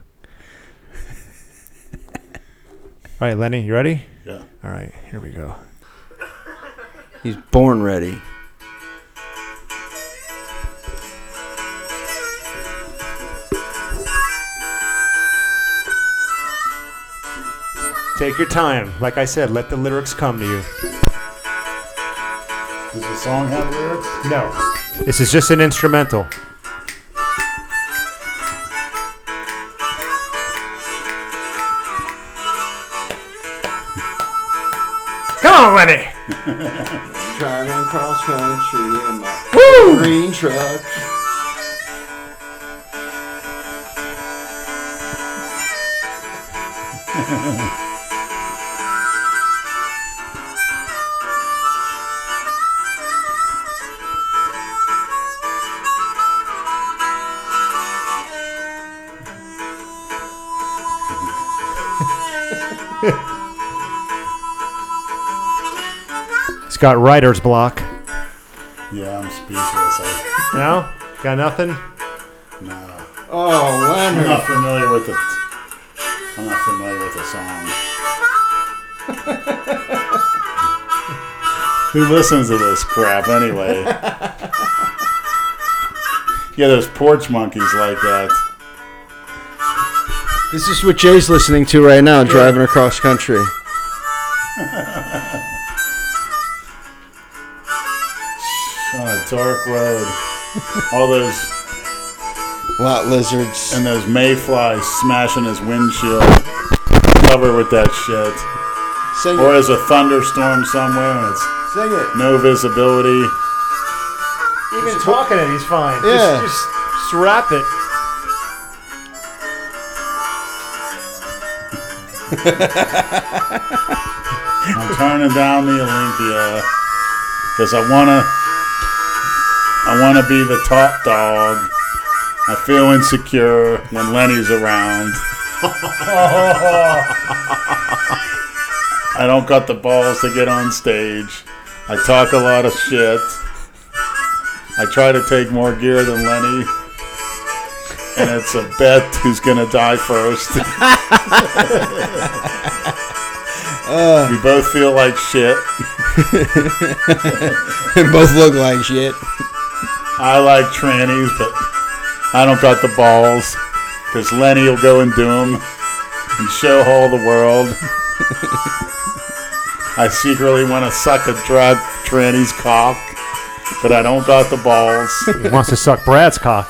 E: All right, Lenny, you ready?
C: Yeah.
E: All right, here we go.
F: He's born ready.
E: Take your time. Like I said, let the lyrics come to you.
C: does the song have lyrics?
E: No. This is just an instrumental. Come on, Lenny.
F: Driving cross country in my green truck.
E: He's got writer's block.
C: Yeah, I'm speechless. I,
E: You know? Got nothing?
C: No.
T: Oh,
C: I'm
T: Leonard.
C: not familiar with the. I'm not familiar with the song. Who listens to this crap anyway? yeah, those porch monkeys like that.
F: This is what Jay's listening to right now, driving across country.
C: On a Oh, dark road. All those
F: lot lizards
C: and those mayflies smashing his windshield. Cover with that shit.
F: Sing
C: or there's a thunderstorm somewhere and it's
E: Sing it.
C: no visibility.
E: Even talking it, he's fine.
F: Yeah.
E: Just, just, just rap it.
C: I'm turning down the Olympia because I wanna, I wanna be the top dog. I feel insecure when Lenny's around. I don't got the balls to get on stage. I talk a lot of shit. I try to take more gear than Lenny. And it's a bet who's gonna die first. we both feel like shit.
F: and both look like shit.
C: I like trannies, but I don't got the balls. Because Lenny will go and do them and show all the world. I secretly want to suck a drug tranny's cock, but I don't got the balls.
E: He wants to suck Brad's cock.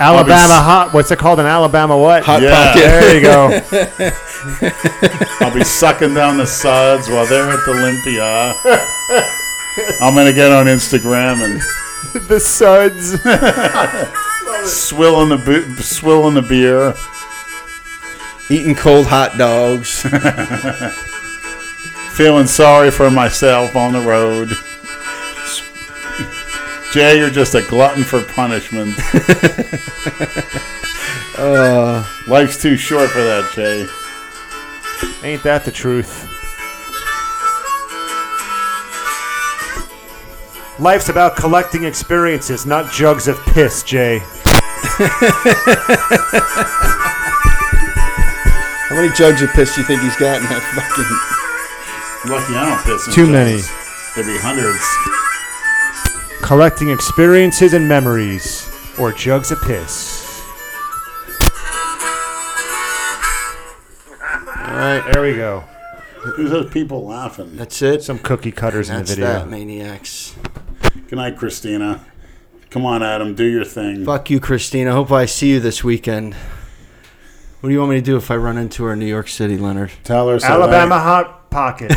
E: Alabama hot. What's it called? An Alabama what?
F: Hot
C: Yeah.
F: pocket.
E: There you go.
C: I'll be sucking down the suds while they're at the Olympia. I'm going to get on Instagram and
E: the suds.
C: swill in the, bo- swill in the beer.
F: Eating cold hot dogs.
C: feeling sorry for myself on the road. Jay, you're just a glutton for punishment. Uh, Life's too short for that, Jay.
E: Ain't that the truth? Life's about collecting experiences, not jugs of piss, Jay.
F: How many jugs of piss do you think he's got in that fucking?
C: Lucky I don't piss. in jugs.
E: Too many.
C: There'd be hundreds.
E: Collecting experiences and memories, or jugs of piss. All right, there we go.
C: Who's those people laughing?
F: er, That's it.
E: Some cookie cutters in the
F: That's
E: video.
F: that, maniacs.
C: Good night, Christina. Come on, Adam, do your thing.
F: Fuck you, Christina. Hope I see you this weekend. What do you want me to do if I run into her in New York City, Leonard?
C: Tell her so
E: Alabama hot pocket.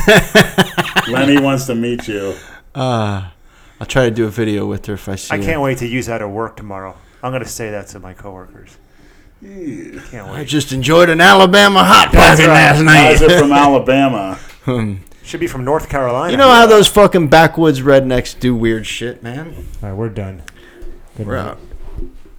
C: Lenny, Lenny wants to meet you.
F: I'll try to do a video with her if I see
E: I
F: her.
E: can't wait to use that at work tomorrow. I'm gonna say that to my coworkers. Can't
F: I
E: wait.
F: just enjoyed an Alabama hot pocket last night.
C: Guys are from Alabama.
E: Should be from North Carolina.
F: You know how those fucking backwoods rednecks do weird shit, man.
E: All right, we're done. Good
F: We're
E: night.
F: out.